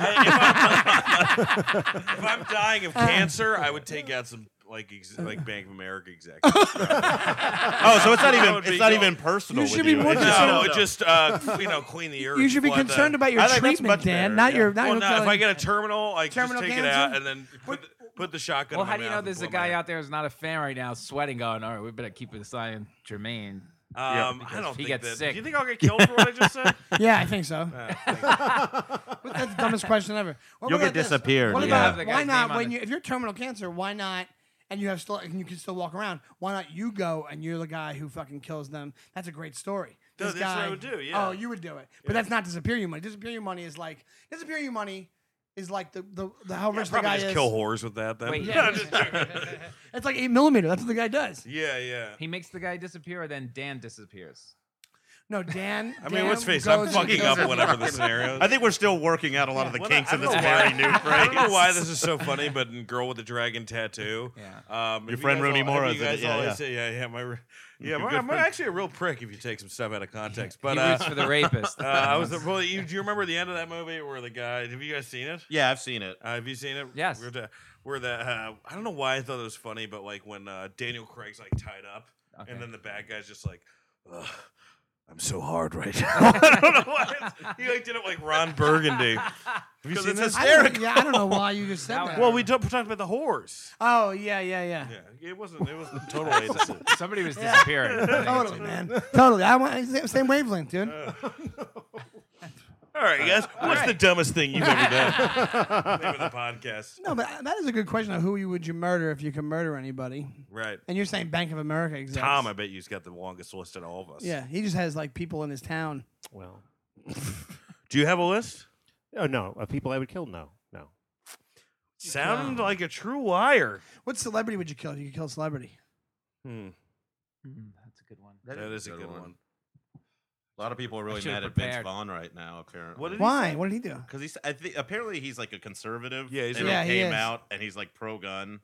Speaker 1: I- if, I'm, if I'm dying of cancer, I would take out some like ex- like Bank of America executives.
Speaker 6: Oh, so it's not
Speaker 1: That
Speaker 6: even
Speaker 1: would
Speaker 6: it's
Speaker 1: be
Speaker 6: not
Speaker 1: dope.
Speaker 6: even personal.
Speaker 2: You should
Speaker 6: with
Speaker 2: be
Speaker 6: you.
Speaker 2: more
Speaker 6: It's just-
Speaker 1: no, just uh, you know, clean the earth.
Speaker 2: You should be
Speaker 1: flood the-
Speaker 2: concerned about your
Speaker 6: I think that's
Speaker 2: treatment,
Speaker 6: much
Speaker 2: Dan.
Speaker 6: better,
Speaker 2: Not your
Speaker 6: yeah.
Speaker 2: not
Speaker 1: Well,
Speaker 2: your.
Speaker 1: no, if
Speaker 2: ability.
Speaker 1: I get a terminal, like
Speaker 2: Terminal
Speaker 1: just take it
Speaker 2: cancer?
Speaker 1: out and then put, put the shotgun.
Speaker 4: Well,
Speaker 1: in
Speaker 4: how
Speaker 1: my
Speaker 4: do you
Speaker 1: mouth
Speaker 4: know
Speaker 1: and
Speaker 4: there's
Speaker 1: blow
Speaker 4: a
Speaker 1: my
Speaker 4: guy
Speaker 1: head.
Speaker 4: out there who's not a fan right now, sweating, going, "All right, we better keep this eye on Jermaine."
Speaker 1: Um, I
Speaker 4: because
Speaker 1: don't
Speaker 4: if he
Speaker 1: think
Speaker 4: gets
Speaker 1: that.
Speaker 4: sick-
Speaker 1: Do you think I'll get killed for what I just said?
Speaker 2: yeah, I think so.
Speaker 1: Uh, thank
Speaker 2: But that's the dumbest question ever. What
Speaker 6: You'll
Speaker 2: about
Speaker 6: get
Speaker 2: this?
Speaker 6: disappeared,
Speaker 2: What
Speaker 6: yeah.
Speaker 2: about
Speaker 4: Have the
Speaker 2: why
Speaker 4: guy's
Speaker 2: not
Speaker 4: name on
Speaker 2: when
Speaker 4: it.
Speaker 2: you if you're terminal cancer, why not and you have still and you can still walk around, why not you go and you're the guy who fucking kills them? That's a great story.
Speaker 1: No,
Speaker 2: This
Speaker 1: that's what I
Speaker 2: guy-
Speaker 1: would do, yeah.
Speaker 2: Oh, you would do it. But that's not disappear your money. Disappear your money is like disappear your money is like the the, the how
Speaker 1: you.
Speaker 2: rich the
Speaker 1: Probably
Speaker 2: guy
Speaker 1: just
Speaker 2: is.
Speaker 1: kill whores with that. Then.
Speaker 4: Wait,
Speaker 1: No,
Speaker 4: yeah.
Speaker 1: I'm just joking.
Speaker 2: It's like eight millimeter. That's what the guy does.
Speaker 1: yeah, yeah.
Speaker 4: He makes the guy disappear, then Dan disappears.
Speaker 2: No, Dan.
Speaker 1: I mean,
Speaker 2: Dan
Speaker 1: let's face it, I'm
Speaker 2: goes and
Speaker 1: fucking
Speaker 2: kills
Speaker 1: up
Speaker 2: them.
Speaker 1: whatever the scenario is.
Speaker 6: I think we're still working out a lot of the
Speaker 1: Well,
Speaker 6: kinks
Speaker 1: I
Speaker 6: in
Speaker 1: don't
Speaker 6: this
Speaker 1: know why-
Speaker 6: very new
Speaker 1: I don't know
Speaker 6: phrase.
Speaker 1: why this is so funny, but in Girl with the Dragon Tattoo.
Speaker 4: Yeah.
Speaker 1: Um, if
Speaker 6: Your
Speaker 1: you
Speaker 6: friend
Speaker 1: guys
Speaker 6: Rooney
Speaker 1: all- if
Speaker 6: Mora
Speaker 1: You
Speaker 6: did it,
Speaker 1: guys
Speaker 6: yeah,
Speaker 1: always
Speaker 6: yeah.
Speaker 1: say, yeah, yeah, my, re- yeah,
Speaker 6: Your
Speaker 1: my,
Speaker 6: good
Speaker 1: I'm
Speaker 6: friend.
Speaker 1: actually a real prick if you take some stuff out of context. But
Speaker 4: he
Speaker 1: uh,
Speaker 4: roots for the rapist.
Speaker 1: uh, I was the, well, you, do you remember the end of that movie where the guy? Have you guys seen it?
Speaker 6: Yeah, I've seen it.
Speaker 1: Uh, have you seen it?
Speaker 4: Yes.
Speaker 1: Where the, where the uh, I don't know why I thought it was funny, but like when uh, Daniel Craig's like tied up,
Speaker 4: Okay.
Speaker 1: and then the bad guy's just like, Ugh, I'm so hard right now. I don't know why. it's- He like did it like Ron Burgundy. Have you seen
Speaker 6: it's
Speaker 1: this?
Speaker 2: I don't, yeah, I don't know why you just said
Speaker 4: That
Speaker 2: that.
Speaker 4: one-
Speaker 1: Well, we talked talked about the horse.
Speaker 2: oh yeah, yeah, yeah.
Speaker 1: Yeah, it wasn't. It wasn't total agency.
Speaker 4: Somebody was disappearing.
Speaker 2: Totally, man. Totally. I want same- same wavelength, dude.
Speaker 6: Uh,
Speaker 1: Oh, All right, guys. What's the dumbest thing you've ever done? Name of the podcast.
Speaker 2: No, but that is a good question of who you would you murder if you could murder anybody.
Speaker 1: Right.
Speaker 2: And you're saying Bank of America exists.
Speaker 1: Tom, I bet you've got the longest list of all of us.
Speaker 2: Yeah, he just has like people in his town.
Speaker 5: Well,
Speaker 1: Do you have a list?
Speaker 5: oh, no. Of people I would kill? No. No.
Speaker 1: Sound like a true liar.
Speaker 2: What celebrity would you kill if you could kill a celebrity?
Speaker 1: Hmm.
Speaker 4: That's a good one.
Speaker 1: That is a good one.
Speaker 6: A lot of people are
Speaker 4: I
Speaker 6: really
Speaker 4: should've
Speaker 6: mad at
Speaker 4: prepared.
Speaker 6: Vince Vaughn right now. Apparently,
Speaker 1: What did he
Speaker 2: Why? What did he do?
Speaker 6: Because he's, I think, apparently he's like a conservative.
Speaker 1: Yeah, he's
Speaker 6: and
Speaker 2: a- Yeah, he
Speaker 6: he came
Speaker 2: is.
Speaker 6: out and he's like pro gun.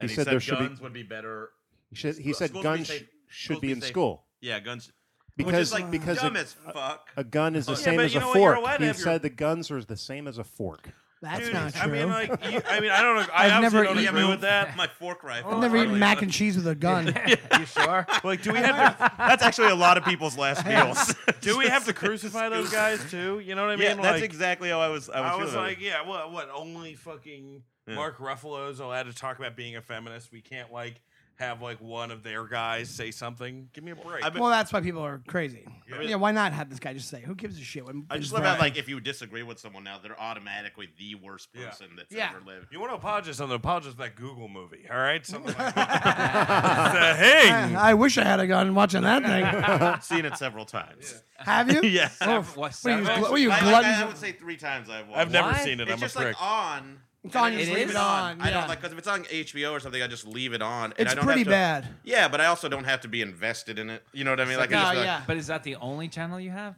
Speaker 6: And he,
Speaker 5: said
Speaker 6: said,
Speaker 5: there should be-
Speaker 6: guns would be better.
Speaker 5: He, should, he
Speaker 6: Sc-
Speaker 5: said
Speaker 6: schools be
Speaker 5: guns
Speaker 6: safe-
Speaker 5: should
Speaker 6: schools
Speaker 5: be
Speaker 6: be
Speaker 5: in
Speaker 6: safe.
Speaker 5: school
Speaker 6: Yeah, guns.
Speaker 5: because
Speaker 6: which is like
Speaker 5: because
Speaker 6: dumb
Speaker 5: a,
Speaker 6: as fuck.
Speaker 5: a gun is the
Speaker 1: Yeah,
Speaker 5: same
Speaker 1: but
Speaker 5: as
Speaker 1: you
Speaker 5: a
Speaker 1: know what? You're
Speaker 5: fork.
Speaker 1: allowed to
Speaker 5: He
Speaker 1: have your-
Speaker 5: said the guns are the same as a fork.
Speaker 2: That's
Speaker 1: Dude,
Speaker 2: not true.
Speaker 1: I
Speaker 2: I
Speaker 1: mean, like, you, I mean, I don't know. I
Speaker 2: I've
Speaker 1: obviously
Speaker 2: never
Speaker 1: don't
Speaker 2: eaten-
Speaker 1: agree with that.
Speaker 6: My fork rifle.
Speaker 2: have never
Speaker 6: is
Speaker 2: eaten
Speaker 6: really
Speaker 2: mac
Speaker 6: good.
Speaker 2: and cheese with a gun.
Speaker 4: you sure?
Speaker 1: Like, do we have to,
Speaker 6: That's actually a lot of people's last meals.
Speaker 1: do we have to crucify those guys too? You know what I mean?
Speaker 6: yeah, that's
Speaker 1: Like,
Speaker 6: exactly how I was. I was,
Speaker 1: I was
Speaker 6: feeling.
Speaker 1: like, yeah, what? What? Only fucking
Speaker 6: Yeah.
Speaker 1: Mark Ruffalo's allowed to talk about being a feminist. We can't like have like one of their guys say something. Give me a break.
Speaker 6: I've been-
Speaker 2: well, that's why people are crazy.
Speaker 6: Yeah.
Speaker 2: Yeah, why not have this guy just say, "Who gives a shit?" When
Speaker 6: I just
Speaker 2: it's
Speaker 6: love how
Speaker 2: right.
Speaker 6: like if you disagree with someone now, they're automatically the worst
Speaker 1: Yeah.
Speaker 6: person that's
Speaker 2: Yeah.
Speaker 6: ever lived.
Speaker 1: you want to apologize on the apologize for that Google movie, all right? Something like that.
Speaker 2: Eh, I, I wish I had a gun watching that thing.
Speaker 6: I've seen it several times.
Speaker 2: have you?
Speaker 6: Yes.
Speaker 2: Oh,
Speaker 4: Sev-
Speaker 2: what
Speaker 4: what,
Speaker 2: are you,
Speaker 4: several?
Speaker 2: gl- what are you
Speaker 6: I, like, I, I
Speaker 2: glutton?
Speaker 6: would say three times I've watched.
Speaker 1: I've never
Speaker 4: Why?
Speaker 1: seen it.
Speaker 6: It's
Speaker 1: I'm
Speaker 6: just
Speaker 1: a prick.
Speaker 6: like on.
Speaker 2: It's on.
Speaker 4: It
Speaker 2: You just leave
Speaker 4: is
Speaker 2: it on.
Speaker 6: I
Speaker 2: yeah.
Speaker 6: don't like because if it's on HBO or something, I just leave it on. and
Speaker 2: It's
Speaker 6: I don't
Speaker 2: pretty
Speaker 6: have
Speaker 2: bad.
Speaker 6: to- Yeah, but I also don't have to be invested in it. You know what I mean? Like, I just
Speaker 2: No,
Speaker 6: be like,
Speaker 2: oh, yeah.
Speaker 4: But is that the only channel you have?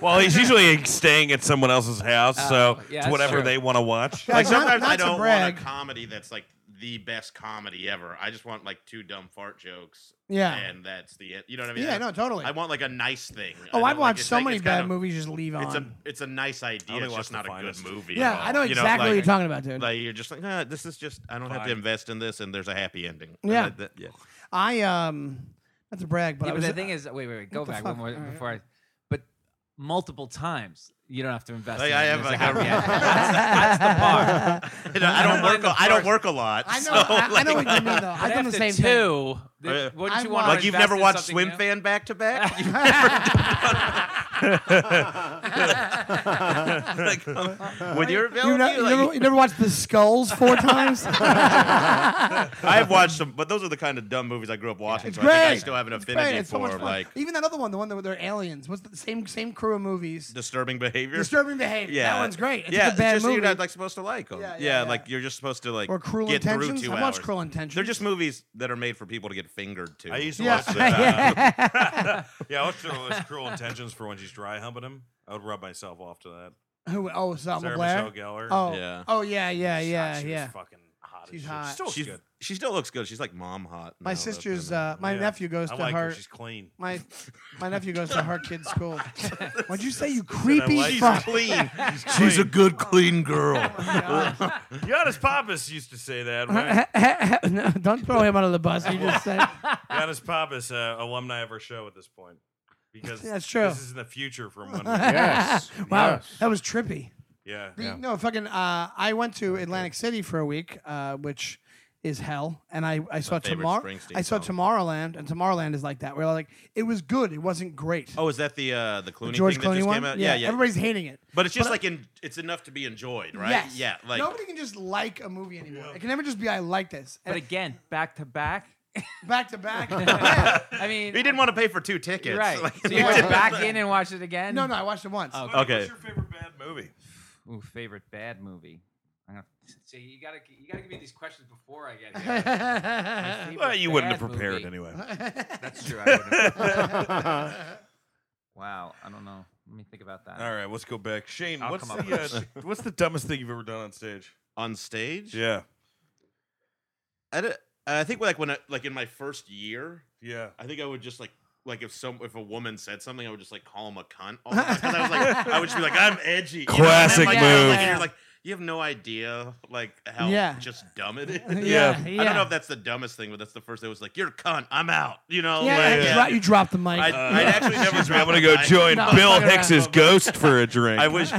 Speaker 1: well, he's usually staying at someone else's house, so
Speaker 4: Oh, yeah,
Speaker 1: it's
Speaker 4: that's
Speaker 1: whatever
Speaker 4: true.
Speaker 1: they want to watch.
Speaker 2: Guys,
Speaker 6: Like sometimes
Speaker 2: not, not
Speaker 6: I
Speaker 2: to
Speaker 6: don't
Speaker 2: brag.
Speaker 6: want a comedy that's like the best comedy ever. I just want like two dumb fart jokes.
Speaker 2: Yeah.
Speaker 6: And that's the it. You know what I mean?
Speaker 2: Yeah,
Speaker 6: I-
Speaker 2: no, totally.
Speaker 6: I want like a nice thing.
Speaker 2: Oh,
Speaker 6: I
Speaker 2: I've
Speaker 6: don't like-
Speaker 2: watched
Speaker 6: it's
Speaker 2: so
Speaker 6: like-
Speaker 2: many
Speaker 6: it's
Speaker 2: bad
Speaker 6: kind of-
Speaker 2: movies. Just leave on.
Speaker 6: It's a it's a nice idea.
Speaker 1: only
Speaker 6: It's
Speaker 1: watched
Speaker 6: just
Speaker 1: The
Speaker 6: not a good
Speaker 1: Finest.
Speaker 6: movie. at
Speaker 2: yeah,
Speaker 6: all.
Speaker 2: I know
Speaker 6: You
Speaker 2: exactly what you're
Speaker 6: like-
Speaker 2: talking about, dude.
Speaker 6: Like you're just like, ah, this is just. I don't have to
Speaker 1: Fine.
Speaker 6: invest in this, and there's a happy ending.
Speaker 2: Yeah.
Speaker 6: And that- that- yeah.
Speaker 2: I um, not to brag, but
Speaker 4: Yeah,
Speaker 2: I
Speaker 4: but
Speaker 2: was.
Speaker 4: the thing is, wait, wait, wait. Go
Speaker 2: the
Speaker 4: back
Speaker 2: fuck?
Speaker 4: one more
Speaker 2: All right.
Speaker 4: before I. But multiple times, you don't have to invest.
Speaker 6: Like,
Speaker 4: in
Speaker 6: I
Speaker 4: it.
Speaker 6: have,
Speaker 4: It's
Speaker 6: like,
Speaker 4: happy
Speaker 6: a-
Speaker 4: ending. that's, that's the part.
Speaker 6: You know, I don't
Speaker 4: Mind
Speaker 6: work.
Speaker 4: the
Speaker 6: A, I don't
Speaker 4: fart.
Speaker 6: work a lot.
Speaker 2: I know,
Speaker 6: so,
Speaker 2: I, I know
Speaker 6: like-
Speaker 2: what you mean though.
Speaker 4: But
Speaker 2: I've done the
Speaker 4: after
Speaker 2: same thing.
Speaker 4: two,
Speaker 6: Oh, yeah.
Speaker 4: th- wouldn't
Speaker 2: I
Speaker 4: you
Speaker 2: want-
Speaker 4: want
Speaker 6: Like you've
Speaker 4: invest
Speaker 6: never
Speaker 4: in
Speaker 6: watched
Speaker 4: something
Speaker 6: Swim
Speaker 4: new?
Speaker 6: Fan back to back. You- like, um, with your ability,
Speaker 2: You, know, you,
Speaker 6: like-
Speaker 2: never, you never watched The Skulls four times?
Speaker 6: I've watched some, but those are the kind of dumb movies I grew up watching.
Speaker 2: It's
Speaker 6: so I think I
Speaker 2: great.
Speaker 6: still have an
Speaker 2: Right,
Speaker 6: affinity
Speaker 2: it's so
Speaker 6: for
Speaker 2: much fun.
Speaker 6: like
Speaker 2: Even that other one, the one that they're aliens. What's the same same crew of movies?
Speaker 6: disturbing behavior.
Speaker 2: Disturbing Behavior.
Speaker 6: yeah,
Speaker 2: That one's great. It's
Speaker 6: yeah,
Speaker 2: just a bad
Speaker 6: it's just
Speaker 2: movie.
Speaker 6: you're not like supposed to like them.
Speaker 2: Yeah,
Speaker 6: Yeah,
Speaker 2: yeah, yeah.
Speaker 6: like you're just supposed to like
Speaker 2: or Cruel
Speaker 6: get
Speaker 2: Intentions.
Speaker 6: through two
Speaker 2: I
Speaker 6: hours.
Speaker 2: watched Cruel Intentions.
Speaker 6: They're just movies that are made for people to get fingered to.
Speaker 1: I used to
Speaker 2: yeah.
Speaker 1: watch uh, the,
Speaker 2: yeah.
Speaker 1: Yeah, I watched the list Cruel Intentions for when she's dry humping him. I would rub myself off to that.
Speaker 2: Who? Oh, Selma
Speaker 1: Sarah
Speaker 2: Blair.
Speaker 1: Michelle Gellar.
Speaker 2: Oh,
Speaker 6: Yeah.
Speaker 2: oh yeah, yeah,
Speaker 1: God,
Speaker 2: yeah,
Speaker 1: she was
Speaker 2: yeah.
Speaker 1: fucking hot. hot.
Speaker 2: She's
Speaker 1: as shit.
Speaker 2: hot.
Speaker 1: Still
Speaker 6: She
Speaker 1: good.
Speaker 6: she still looks good. She's like mom hot. now,
Speaker 2: My
Speaker 6: though,
Speaker 2: sister's,
Speaker 6: kinda.
Speaker 2: uh, my
Speaker 1: Yeah.
Speaker 2: nephew goes
Speaker 1: I
Speaker 2: to
Speaker 1: like her.
Speaker 2: her.
Speaker 1: She's clean.
Speaker 2: My my nephew goes to her kid's school. What'd you say, you creepy
Speaker 1: like-
Speaker 2: fuck?
Speaker 1: Clean.
Speaker 7: She's a good, Oh clean girl.
Speaker 1: Giannis Pappas used to say that. Right?
Speaker 2: no, don't throw him under the bus. You just said
Speaker 1: Giannis Pappas, uh, alumni of our show at this point, because
Speaker 2: That's true.
Speaker 1: This is in the future from when. We,
Speaker 5: Yes.
Speaker 2: wow,
Speaker 5: Yes.
Speaker 2: that was trippy.
Speaker 1: yeah.
Speaker 2: The- No, fucking. Uh, I went to Atlantic City for a week, uh, which is hell. And I, I saw
Speaker 6: favorite
Speaker 2: tomorrow.
Speaker 6: Springsteen
Speaker 2: I saw
Speaker 6: song.
Speaker 2: Tomorrowland, and Tomorrowland is like that. Where like it was good, it wasn't great.
Speaker 6: Oh, is that the uh, the Clooney
Speaker 2: George
Speaker 6: thing
Speaker 2: Clooney
Speaker 6: that just
Speaker 2: one.
Speaker 6: came out? Yeah, yeah.
Speaker 2: Everybody's hating it.
Speaker 6: but it's just like in, it's enough to be enjoyed, right?
Speaker 2: Yes.
Speaker 6: Yeah, like
Speaker 2: nobody can just like a movie anymore. It can never just be I like this.
Speaker 4: But
Speaker 2: And
Speaker 4: again, back to back.
Speaker 2: back to back. Yeah.
Speaker 4: I mean,
Speaker 6: he didn't want to pay for two tickets.
Speaker 4: right.
Speaker 6: Like,
Speaker 4: so you went back in and watched it again.
Speaker 2: No, no, I watched it once.
Speaker 4: Oh,
Speaker 1: What's
Speaker 6: okay.
Speaker 1: your favorite bad movie?
Speaker 4: Ooh, favorite bad movie. I don't, see, you gotta you gotta give me these questions before I get here. My favorite
Speaker 1: Well, you wouldn't have
Speaker 4: bad
Speaker 1: prepared
Speaker 4: movie.
Speaker 1: anyway.
Speaker 4: That's true. I wouldn't. wow, I don't know. Let me think about that.
Speaker 1: All right, let's go back. Shane,
Speaker 4: I'll
Speaker 1: what's
Speaker 4: come up
Speaker 1: the uh, what's the dumbest thing you've ever done on stage?
Speaker 6: on stage.
Speaker 1: Yeah,
Speaker 6: I, d- I think like when I, like in my first year,
Speaker 1: yeah.
Speaker 6: I think I would just like like if some if a woman said something, I would just like call him a cunt. all the time. 'Cause I was like I would just be like I'm edgy. You know? And then,
Speaker 1: Classic
Speaker 6: like,
Speaker 1: move.
Speaker 6: and you're like you have no idea like how
Speaker 2: Yeah.
Speaker 6: just dumb it is.
Speaker 2: Yeah,
Speaker 6: I
Speaker 2: yeah.
Speaker 6: don't know if that's the dumbest thing, but that's the first thing was like you're a cunt. I'm out. You know.
Speaker 2: yeah,
Speaker 6: like,
Speaker 2: I
Speaker 6: yeah.
Speaker 2: dro- you dropped the mic.
Speaker 6: I'd, I'd actually never.
Speaker 1: Excuse me, I'm
Speaker 6: drop
Speaker 1: gonna
Speaker 6: a
Speaker 1: go
Speaker 6: mic.
Speaker 1: join
Speaker 2: No,
Speaker 1: Bill
Speaker 2: fuck around.
Speaker 1: Hicks's ghost for a drink.
Speaker 6: I wish.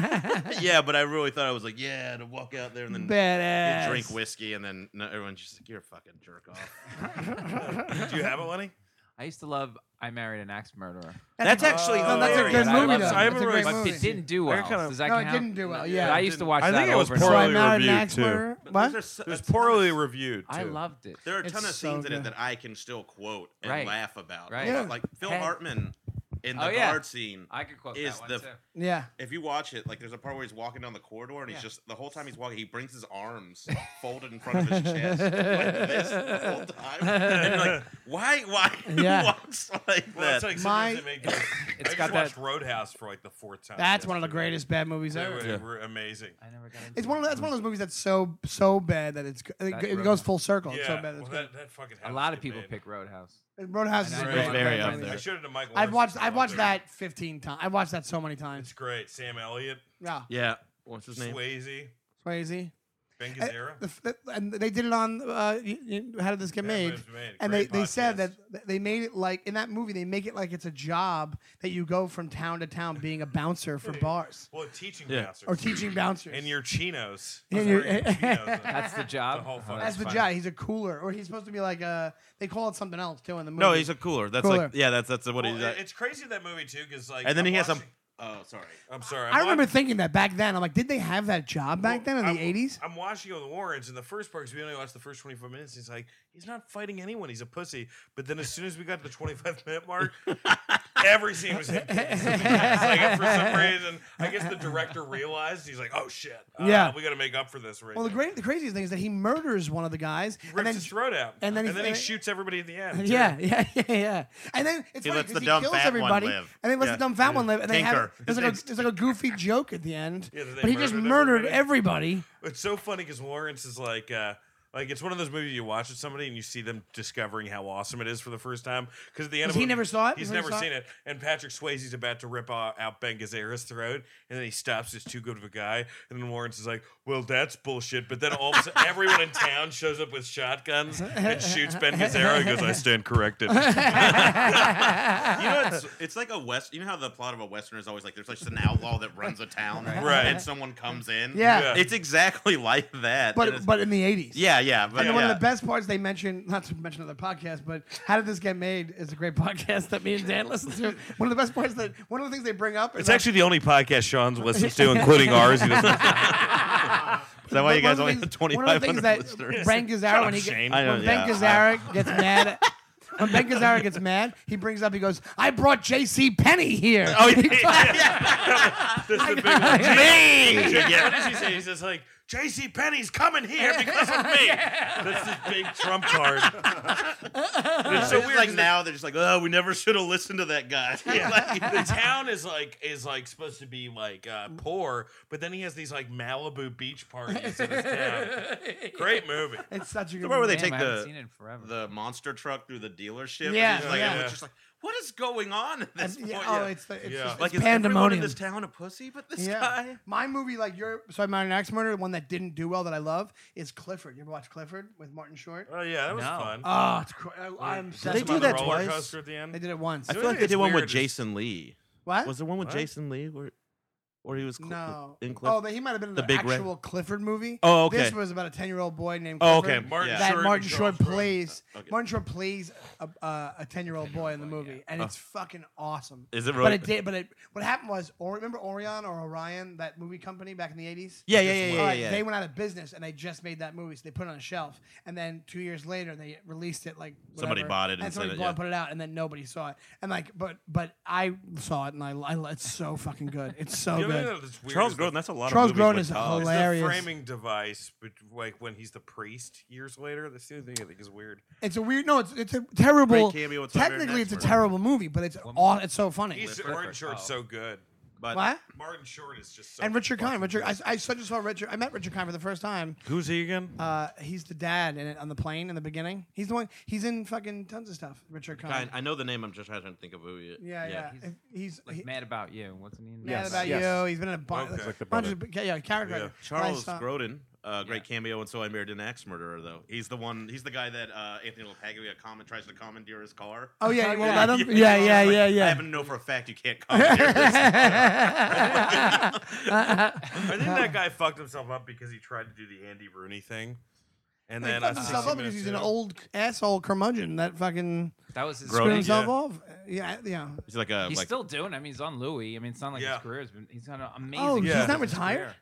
Speaker 6: yeah, but I really thought I was like, yeah, to walk out there and then
Speaker 2: Badass.
Speaker 6: drink whiskey, and then no, everyone's just like, you're a fucking jerk off.
Speaker 1: Do you have it, Lenny?
Speaker 4: I used to love I Married an Axe Murderer.
Speaker 6: That's actually
Speaker 1: No, that's a
Speaker 6: hilarious.
Speaker 1: good
Speaker 4: I
Speaker 2: movie,
Speaker 4: love
Speaker 2: though.
Speaker 4: it.
Speaker 2: Oh, That's
Speaker 1: I haven't
Speaker 2: a great
Speaker 1: really-
Speaker 4: But
Speaker 2: movie.
Speaker 4: it didn't do
Speaker 1: I
Speaker 4: well.
Speaker 1: kinda-
Speaker 4: Does that
Speaker 2: No, it
Speaker 4: count?
Speaker 2: didn't do well.
Speaker 4: But I
Speaker 2: Yeah.
Speaker 4: used to watch
Speaker 1: I
Speaker 4: that
Speaker 1: think it was
Speaker 4: over and over.
Speaker 1: poorly
Speaker 2: I married an
Speaker 1: reviewed,
Speaker 2: axe
Speaker 1: too.
Speaker 2: murderer.
Speaker 6: But
Speaker 2: What?
Speaker 6: there's a
Speaker 1: It
Speaker 6: s-
Speaker 1: was
Speaker 6: a ton of
Speaker 1: poorly reviewed.
Speaker 4: I
Speaker 1: too.
Speaker 4: loved it.
Speaker 6: There are a
Speaker 2: It's
Speaker 6: ton of
Speaker 2: so
Speaker 6: scenes in
Speaker 2: good.
Speaker 6: it that I can still quote and
Speaker 4: Right.
Speaker 6: laugh about.
Speaker 4: Right.
Speaker 2: Yeah.
Speaker 6: Like Phil
Speaker 4: Heck.
Speaker 6: Hartman in the
Speaker 4: Oh, yeah.
Speaker 6: guard scene.
Speaker 4: I could quote
Speaker 6: Is
Speaker 4: that one
Speaker 6: the-
Speaker 4: too.
Speaker 2: Yeah.
Speaker 6: If you watch it, like there's a part where he's walking down the corridor and he's just the whole time he's walking, he brings his arms folded in front of his chest like this the whole time. And you're like, why, why he
Speaker 2: Yeah.
Speaker 6: walks like
Speaker 1: Well,
Speaker 6: that?
Speaker 1: it's like
Speaker 2: My-
Speaker 1: sometimes it makes- I
Speaker 4: got
Speaker 1: just
Speaker 4: that-
Speaker 1: watched Roadhouse for like the fourth time.
Speaker 2: That's one of the greatest bad movies
Speaker 1: They
Speaker 2: ever.
Speaker 1: were, were amazing.
Speaker 4: I never got into
Speaker 2: It's one of the, that's one of those movies that's so so bad that it's go- it,
Speaker 4: That's
Speaker 2: it goes
Speaker 4: Roadhouse.
Speaker 2: full circle.
Speaker 1: Yeah,
Speaker 2: It's so bad. that
Speaker 1: well,
Speaker 2: It's
Speaker 1: that, that fucking
Speaker 4: A
Speaker 1: has
Speaker 4: lot
Speaker 1: to
Speaker 4: of
Speaker 1: be
Speaker 4: people
Speaker 1: made.
Speaker 4: pick Roadhouse.
Speaker 2: good. Roadhouse is
Speaker 4: I know.
Speaker 2: a
Speaker 4: It's
Speaker 2: great
Speaker 7: very
Speaker 2: movie.
Speaker 7: out there.
Speaker 1: I should have done Mike.
Speaker 2: I've
Speaker 1: Lawrence's
Speaker 2: watched I've
Speaker 1: Lawrence.
Speaker 2: watched that 15 times. I've watched that so many
Speaker 1: It's
Speaker 2: times.
Speaker 1: great. Sam Elliott,
Speaker 2: Yeah,
Speaker 6: yeah. What's his
Speaker 1: Swayze,
Speaker 2: crazy.
Speaker 1: Ben
Speaker 2: And,
Speaker 1: Gazzara.
Speaker 2: the f- the- and they did it on uh, you, you, how did this get
Speaker 1: Yeah,
Speaker 2: made?
Speaker 1: it was made.
Speaker 2: And they,
Speaker 1: Great
Speaker 2: they said
Speaker 1: podcast.
Speaker 2: that th- they made it like in that movie they make it like it's a job that you go from town to town being a bouncer for bars
Speaker 1: Well, teaching
Speaker 6: Yeah.
Speaker 1: masters.
Speaker 2: or teaching bouncers.
Speaker 1: And your chinos.
Speaker 2: And
Speaker 1: I was
Speaker 2: your-
Speaker 1: wearing chinos.
Speaker 4: That's the job.
Speaker 1: whole
Speaker 4: Oh,
Speaker 1: fucking-
Speaker 2: That's
Speaker 1: That's
Speaker 2: the
Speaker 4: fine.
Speaker 2: job. He's a cooler, or he's supposed to be like a. They call it something else too in the movie.
Speaker 6: No, he's a cooler. That's
Speaker 2: Cooler.
Speaker 6: like yeah, that's that's what
Speaker 1: Well,
Speaker 6: he's.
Speaker 1: it- it's crazy that movie too, because like.
Speaker 6: and then
Speaker 1: I'm
Speaker 6: he has some.
Speaker 1: watching-
Speaker 6: Oh, sorry.
Speaker 1: I'm sorry. I'm
Speaker 2: I remember
Speaker 1: watching-
Speaker 2: thinking that back then. I'm like, did they have that job back then in
Speaker 1: I'm-
Speaker 2: the '80s?
Speaker 1: I'm watching on the Warrens, and the first part because we only watched the first 25 minutes. He's like, he's not fighting anyone. He's a pussy. But then as soon as we got to the 25 minute mark, every scene was him. kicking somebody. It's like, for some reason, I guess the director realized he's like, oh shit, uh,
Speaker 2: Yeah.
Speaker 1: we got to make up for this. Right
Speaker 2: Well, the
Speaker 1: now."
Speaker 2: great, the craziest thing is that he murders one of the guys,
Speaker 1: He rips
Speaker 2: and then
Speaker 1: his throat out,
Speaker 2: and then he-
Speaker 1: he,
Speaker 2: and then-
Speaker 1: shoots everybody at the end. too.
Speaker 2: yeah, yeah, yeah, yeah, and then it's
Speaker 6: He
Speaker 2: funny
Speaker 6: lets
Speaker 2: 'cause
Speaker 6: the
Speaker 2: he
Speaker 6: dumb
Speaker 2: kills
Speaker 6: fat one
Speaker 2: everybody,
Speaker 6: live.
Speaker 2: and then he lets
Speaker 6: Yeah.
Speaker 2: the dumb fat one live, and they have
Speaker 6: Tinker.
Speaker 2: there's like, a, there's like a goofy joke at the end,
Speaker 1: Yeah, that they
Speaker 2: but he just
Speaker 1: murdered
Speaker 2: murdered everybody.
Speaker 1: everybody. It's so funny because Lawrence is like, uh, like it's one of those movies you watch with somebody and you see them discovering how awesome it is for the first time. Because at the end, of
Speaker 2: he
Speaker 1: it-
Speaker 2: never saw it?
Speaker 1: He's
Speaker 2: He never
Speaker 1: never
Speaker 2: saw
Speaker 1: seen it. And Patrick Swayze's about to rip o- out Ben Gazzara's throat, and then he stops. He's too good of a guy. And then Lawrence is like, "Well, that's bullshit." But then all of a sudden, everyone in town shows up with shotguns and shoots Ben Gazzara. He goes, "I stand corrected."
Speaker 6: you know, it's, it's like a west. You know how the plot of a western is always like there's like just an outlaw that runs a town,
Speaker 1: Right.
Speaker 6: And someone comes in.
Speaker 2: Yeah.
Speaker 1: Yeah.
Speaker 6: it's exactly like that. and
Speaker 2: But
Speaker 6: it's-
Speaker 2: but in the '80s,
Speaker 6: yeah, yeah, but
Speaker 2: And one
Speaker 6: yeah.
Speaker 2: of the best parts they mentioned, not to mention another podcast, but How Did This Get Made is a great podcast that me and Dan listen to. One of the best parts that, one of the things they bring up is
Speaker 1: It's actually the only podcast Sean's listens to, including ours. He doesn't listen
Speaker 6: Is that why you guys only have
Speaker 2: twenty five hundred
Speaker 6: listeners?
Speaker 2: Ben Gazzara, when, he, get-
Speaker 1: Shane.
Speaker 6: I know,
Speaker 2: when Ben
Speaker 6: yeah.
Speaker 2: Gazzara gets mad at- When Ben Gazzara gets mad, he brings up, he goes, I brought J.C. Penny here. Oh,
Speaker 1: to. That's the big one.
Speaker 6: Me!
Speaker 1: Yeah, what does he say? He says like J.C. Penney's coming here because of me. That's his big trump card. it's so
Speaker 7: It's
Speaker 1: weird.
Speaker 7: like
Speaker 1: 'cause
Speaker 7: now they're just like, oh, we never should have listened to that guy.
Speaker 1: the, the town is like is like supposed to be like uh, poor, but then he has these like Malibu beach parties in his town. Great movie.
Speaker 2: It's such a good.
Speaker 7: the part where they
Speaker 4: Damn,
Speaker 7: take
Speaker 4: I haven't seen
Speaker 7: the
Speaker 4: it in forever.
Speaker 7: the monster truck through the dealership.
Speaker 2: Yeah,
Speaker 7: and he's like,
Speaker 2: yeah.
Speaker 7: it's just like, what is going on at this
Speaker 2: yeah,
Speaker 7: point?
Speaker 2: oh,
Speaker 7: Yeah.
Speaker 2: it's the, it's
Speaker 1: Yeah.
Speaker 2: just,
Speaker 7: like
Speaker 2: it's
Speaker 7: is everyone in
Speaker 2: pandemonium.
Speaker 7: this town a pussy, but this
Speaker 2: yeah,
Speaker 7: guy.
Speaker 2: my movie, like your Sorry, Modern Axe Murder, the one that didn't do well that I love is Clifford. You ever watch Clifford with Martin Short?
Speaker 1: Oh yeah, that was
Speaker 4: No.
Speaker 1: fun.
Speaker 2: Oh, it's cr- I, I'm obsessed
Speaker 6: they
Speaker 2: with
Speaker 6: do
Speaker 1: About
Speaker 2: it.
Speaker 1: the
Speaker 6: that
Speaker 1: roller
Speaker 6: twice?
Speaker 1: coaster at the end.
Speaker 2: They did it once.
Speaker 6: I
Speaker 1: So
Speaker 6: feel like
Speaker 1: it
Speaker 6: they
Speaker 1: is
Speaker 6: did one with
Speaker 1: weird.
Speaker 6: Jason Lee.
Speaker 2: What?
Speaker 6: Was there one with
Speaker 1: What?
Speaker 6: Jason Lee where, where he was cl-
Speaker 2: no.
Speaker 6: in Cliff?
Speaker 2: Oh, that he might have been in
Speaker 6: The
Speaker 2: the,
Speaker 6: Big Red-
Speaker 2: actual Clifford movie.
Speaker 6: Oh, okay.
Speaker 2: This was about a ten-year-old boy named.
Speaker 6: Oh,
Speaker 2: Clifford.
Speaker 6: okay.
Speaker 1: Martin
Speaker 7: Yeah.
Speaker 2: that
Speaker 1: Short
Speaker 2: Martin
Speaker 1: and
Speaker 2: Short
Speaker 1: Charles Bronson.
Speaker 2: plays.
Speaker 7: Okay.
Speaker 2: Martin Short plays a, uh, a ten-year-old boy in the movie, and it's fucking awesome.
Speaker 6: Is it
Speaker 2: But
Speaker 6: really?
Speaker 2: it did. But it, what happened was, or, remember Orion or Orion, that movie company back in the eighties.
Speaker 6: Yeah, yeah, yeah, yeah, yeah, yeah.
Speaker 2: They went out of business, and they just made that movie, so they put it on a shelf. And then two years later, they released it like
Speaker 7: Somebody
Speaker 2: whatever,
Speaker 7: bought it and
Speaker 2: and somebody
Speaker 7: said it,
Speaker 2: bought
Speaker 7: yeah.
Speaker 2: and put it out, and then nobody saw it. And like, but but I saw it, and I, I it's so fucking good. It's so
Speaker 1: You know,
Speaker 2: good.
Speaker 1: that's weird
Speaker 6: Charles
Speaker 1: is
Speaker 6: Grodin,
Speaker 1: the-
Speaker 6: that's a lot
Speaker 2: Charles
Speaker 6: of movies
Speaker 2: Grodin
Speaker 6: with
Speaker 2: is
Speaker 6: Tom.
Speaker 1: is
Speaker 2: hilarious.
Speaker 1: the framing device, but like when he's the priest years later. That's the other thing I think is weird.
Speaker 2: It's a weird. No, it's it's a terrible.
Speaker 7: Great cameo with Tyler
Speaker 2: Technically, it's a
Speaker 7: Axford.
Speaker 2: terrible movie, but it's all it's so funny.
Speaker 1: He's Martin Short's so good.
Speaker 7: But
Speaker 2: what?
Speaker 1: Martin Short is just so
Speaker 2: And Richard
Speaker 1: fucking
Speaker 2: Kind. Richard, I,
Speaker 1: good.
Speaker 2: I so just saw Richard. I met Richard Kind for the first time.
Speaker 1: Who's he again?
Speaker 2: Uh, he's the dad in it on the plane in the beginning. He's the one. He's in fucking tons of stuff. Richard Kind.
Speaker 7: I, I know the name. I'm just trying to think of who. He,
Speaker 2: Yeah, yeah.
Speaker 4: he's
Speaker 2: If He's,
Speaker 4: like
Speaker 2: he-
Speaker 4: Mad About You. What's the name?
Speaker 2: mad
Speaker 5: Yes,
Speaker 2: about
Speaker 5: yes.
Speaker 2: you. He's been in a bunch,
Speaker 1: Okay. Like
Speaker 5: the
Speaker 2: bunch of yeah character.
Speaker 1: Yeah.
Speaker 2: actors. When I
Speaker 7: Charles
Speaker 2: saw-
Speaker 7: Grodin, uh, great cameo in So I Married an Axe Murderer, though. He's the one. He's the guy that uh, Anthony LoPaglia comment tries to commandeer his car.
Speaker 2: Oh yeah, you won't
Speaker 4: Yeah.
Speaker 2: let him. Yeah, yeah,
Speaker 7: Like,
Speaker 2: yeah,
Speaker 7: I
Speaker 2: yeah.
Speaker 7: happen to know for a fact you can't commandeer this
Speaker 1: I think that guy fucked himself up because he tried to do the Andy Rooney thing. And
Speaker 2: He
Speaker 1: then
Speaker 2: fucked
Speaker 1: uh,
Speaker 2: himself
Speaker 1: 60
Speaker 2: up because
Speaker 1: Minutes
Speaker 2: he's an
Speaker 1: in,
Speaker 2: old asshole curmudgeon that fucking
Speaker 4: That was his.
Speaker 2: screwed
Speaker 6: Brody,
Speaker 2: himself
Speaker 1: yeah.
Speaker 2: off. Yeah, yeah.
Speaker 7: He's like a
Speaker 4: He's
Speaker 7: like
Speaker 4: still doing. it. I mean, he's on Louis. I mean, it's not like
Speaker 1: Yeah.
Speaker 4: his career's been. He's got an amazing.
Speaker 2: Oh,
Speaker 1: Yeah.
Speaker 2: he's not
Speaker 1: He's
Speaker 2: retired.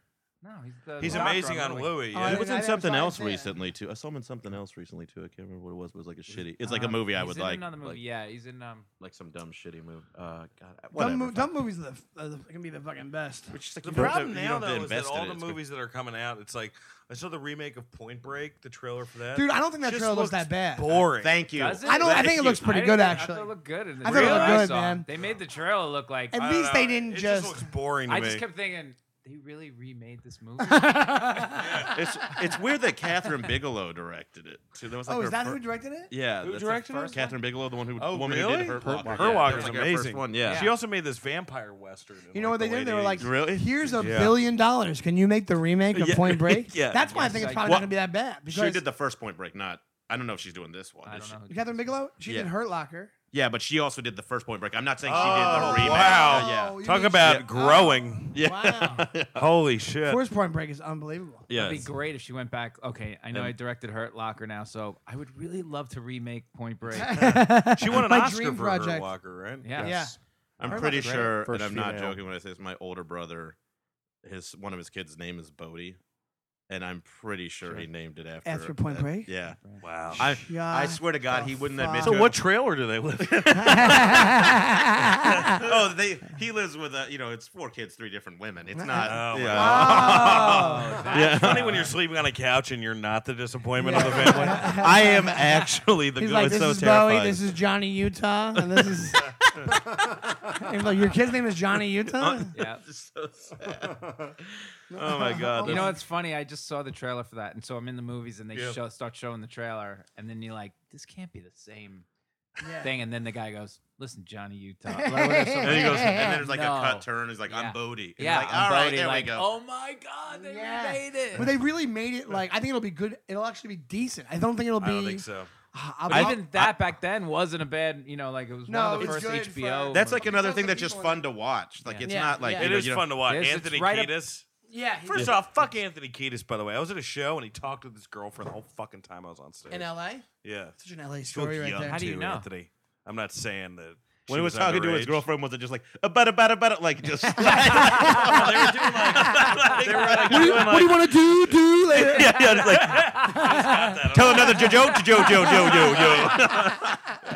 Speaker 4: No, he's the.
Speaker 1: He's
Speaker 4: doctor
Speaker 1: amazing on Louie.
Speaker 2: Oh,
Speaker 1: yeah.
Speaker 2: I
Speaker 6: He was
Speaker 2: I
Speaker 6: in
Speaker 2: never
Speaker 6: something
Speaker 2: saw it,
Speaker 6: else
Speaker 2: yeah.
Speaker 6: recently too. I saw him in something else recently too. I can't remember what it was, but it was like a shitty. It's like a
Speaker 4: Um,
Speaker 6: movie I
Speaker 4: he's
Speaker 6: would
Speaker 4: in
Speaker 6: like.
Speaker 4: Another movie.
Speaker 6: like-
Speaker 4: yeah, he's in. Um,
Speaker 6: like some dumb shitty movie. Uh, God,
Speaker 2: Dumb,
Speaker 6: whatever.
Speaker 2: mo- dumb movies are the, are the, can be the fucking best.
Speaker 6: It's just like
Speaker 1: The
Speaker 6: you don't have
Speaker 1: problem
Speaker 6: to- you
Speaker 1: now
Speaker 6: don't have to
Speaker 1: though is that
Speaker 6: invest in
Speaker 1: all
Speaker 6: it.
Speaker 1: the
Speaker 6: It's
Speaker 1: movies that are coming out, it's like I saw the remake of Point Break, the trailer for that.
Speaker 2: Dude, I don't think that
Speaker 1: Just
Speaker 2: trailer looks
Speaker 1: looks
Speaker 2: that bad.
Speaker 1: boring.
Speaker 7: thank you.
Speaker 4: Does it?
Speaker 2: I don't. I
Speaker 4: Thank
Speaker 2: think it looks
Speaker 4: I
Speaker 2: pretty
Speaker 4: didn't
Speaker 2: good
Speaker 4: think- I thought it
Speaker 2: actually.
Speaker 4: looked good. In the
Speaker 2: I thought it
Speaker 4: trailer
Speaker 2: looked
Speaker 4: I
Speaker 2: good,
Speaker 4: saw.
Speaker 2: man.
Speaker 4: They made the trailer look like.
Speaker 2: At
Speaker 1: I
Speaker 2: least
Speaker 1: don't
Speaker 2: they
Speaker 1: know.
Speaker 2: didn't
Speaker 1: It
Speaker 2: just-
Speaker 1: looks boring to
Speaker 4: I
Speaker 1: me.
Speaker 4: just kept thinking they really remade this movie.
Speaker 7: It's it's weird that Catherine Bigelow directed it. Too. That was like
Speaker 2: oh,
Speaker 7: her
Speaker 2: is that
Speaker 7: fir-
Speaker 2: who directed it?
Speaker 6: Yeah,
Speaker 1: Who
Speaker 6: that's the
Speaker 1: directed
Speaker 6: first
Speaker 1: it?
Speaker 6: Catherine Bigelow, the one who,
Speaker 1: Oh,
Speaker 6: the woman
Speaker 1: really?
Speaker 6: who did Hurt Locker.
Speaker 1: Her
Speaker 6: yeah,
Speaker 1: Walker's
Speaker 6: that's like her
Speaker 1: amazing.
Speaker 6: First one, yeah.
Speaker 1: She also made this vampire western. in,
Speaker 2: You know
Speaker 1: like,
Speaker 2: what they
Speaker 1: the
Speaker 2: did? They
Speaker 1: late
Speaker 2: were like,
Speaker 1: 80s.
Speaker 6: Really?
Speaker 2: "Here's a
Speaker 1: Yeah.
Speaker 2: billion dollars. Can you make the remake of
Speaker 6: Yeah.
Speaker 2: Point Break?"
Speaker 6: Yeah.
Speaker 2: That's why I think
Speaker 4: Yes,
Speaker 2: it's
Speaker 4: I-
Speaker 2: probably
Speaker 4: Well,
Speaker 2: not gonna be that bad because
Speaker 7: she did the first Point Break. Not I don't know if she's doing this one.
Speaker 4: I
Speaker 7: is
Speaker 4: don't
Speaker 7: she?
Speaker 4: know. who
Speaker 2: Catherine Bigelow. She did
Speaker 7: Yeah.
Speaker 2: Hurt Locker.
Speaker 7: Yeah, but she also did the first Point Break. I'm not saying she
Speaker 1: Oh,
Speaker 7: did the remake.
Speaker 1: wow.
Speaker 7: Yeah,
Speaker 2: you
Speaker 1: Talk
Speaker 2: mean-
Speaker 1: about
Speaker 2: Oh,
Speaker 1: growing.
Speaker 2: Wow.
Speaker 1: Holy shit.
Speaker 2: Force Point Break is unbelievable.
Speaker 6: yeah.
Speaker 4: It'd be great if she went back. Okay, I know I directed Hurt Locker now, so I would really love to remake Point Break.
Speaker 1: She won an
Speaker 2: My
Speaker 1: Oscar
Speaker 2: dream
Speaker 1: for Hurt
Speaker 2: project.
Speaker 1: Walker, right?
Speaker 4: Yeah.
Speaker 7: I'm
Speaker 2: Her
Speaker 7: pretty
Speaker 2: mother's
Speaker 7: sure,
Speaker 5: First
Speaker 7: and I'm not
Speaker 5: female.
Speaker 7: joking when I say this. My older brother, his one of his kids' name is Bodie, and I'm pretty sure, he named it after
Speaker 2: After Point
Speaker 7: that-
Speaker 2: Break?
Speaker 7: Yeah,
Speaker 1: Wow.
Speaker 7: I I
Speaker 2: Shut
Speaker 7: swear to God,
Speaker 2: the
Speaker 7: he wouldn't
Speaker 2: fuck
Speaker 7: admit.
Speaker 2: So
Speaker 7: to
Speaker 1: what trailer do they live in? Oh,
Speaker 7: it. oh, they he lives with a you know it's four kids, three different women. It's not.
Speaker 1: Oh, my
Speaker 2: Oh.
Speaker 1: It's funny when you're sleeping on a couch and you're not the disappointment of the family.
Speaker 7: I am actually the
Speaker 2: He's
Speaker 7: good.
Speaker 2: like,
Speaker 7: it's
Speaker 2: this
Speaker 7: so
Speaker 2: is
Speaker 7: terrifying.
Speaker 2: Bowie, this is Johnny Utah, and this is. And like, your kid's name is Johnny Utah.
Speaker 4: yeah.
Speaker 7: It's so sad. oh my God.
Speaker 4: You
Speaker 7: that's-
Speaker 4: know, it's funny. I just saw the trailer for that, and so I'm in the movies, and they
Speaker 1: Yeah.
Speaker 4: show, start showing the trailer, and then you're like, "This can't be the same thing." And then the guy goes, "Listen, Johnny Utah." Like, what if
Speaker 7: and then
Speaker 4: somebody-
Speaker 7: he goes, and then there's like
Speaker 4: No.
Speaker 7: a cut turn. He's like,
Speaker 4: Yeah.
Speaker 7: I'm Bodie. And
Speaker 4: Yeah,
Speaker 7: like,
Speaker 4: I'm
Speaker 7: all right,
Speaker 4: Brody,
Speaker 7: there
Speaker 4: like,
Speaker 7: we go.
Speaker 4: Oh my god, they
Speaker 2: Yeah.
Speaker 4: remade it.
Speaker 2: But they really made it like I think it'll be good. It'll actually be decent. I don't think it'll be.
Speaker 1: I don't think so.
Speaker 2: I'll-
Speaker 4: But
Speaker 2: I'll-
Speaker 4: even that back then wasn't a bad, you know, like it was
Speaker 2: No,
Speaker 4: one of
Speaker 2: it's
Speaker 4: the first
Speaker 2: good
Speaker 4: HBO.
Speaker 2: for-
Speaker 7: That's like
Speaker 4: movies.
Speaker 7: another
Speaker 2: Sounds
Speaker 7: thing
Speaker 2: like
Speaker 7: that's
Speaker 2: people
Speaker 7: just
Speaker 2: in-
Speaker 7: fun to watch. Like it's
Speaker 4: Yeah.
Speaker 7: not like
Speaker 4: Yeah.
Speaker 7: you
Speaker 1: It
Speaker 7: know,
Speaker 1: is
Speaker 7: you don't-
Speaker 1: fun to watch.
Speaker 4: It's- it's
Speaker 1: Anthony
Speaker 4: right up-
Speaker 1: Kiedis.
Speaker 2: yeah, he
Speaker 1: First off, fuck Anthony Kiedis. By the way, I was at a show and he talked with this girl for the whole fucking time I was on stage.
Speaker 2: in L.A.
Speaker 1: yeah,
Speaker 2: Such an L.A.
Speaker 1: She looked
Speaker 2: story right
Speaker 1: young
Speaker 2: there.
Speaker 4: How do you
Speaker 1: too,
Speaker 4: know?
Speaker 1: Anthony? I'm not saying that.
Speaker 7: when
Speaker 1: she
Speaker 7: he was talking to his
Speaker 1: underage.
Speaker 7: girlfriend, was it just like a butta butta butta? Like just
Speaker 1: No, they were doing like, they were like,
Speaker 2: What do you,
Speaker 1: doing,
Speaker 2: what do
Speaker 1: like-
Speaker 2: you want to do? Do later?
Speaker 7: yeah, yeah, it's like
Speaker 1: I just got that.
Speaker 7: tell another jo jo jo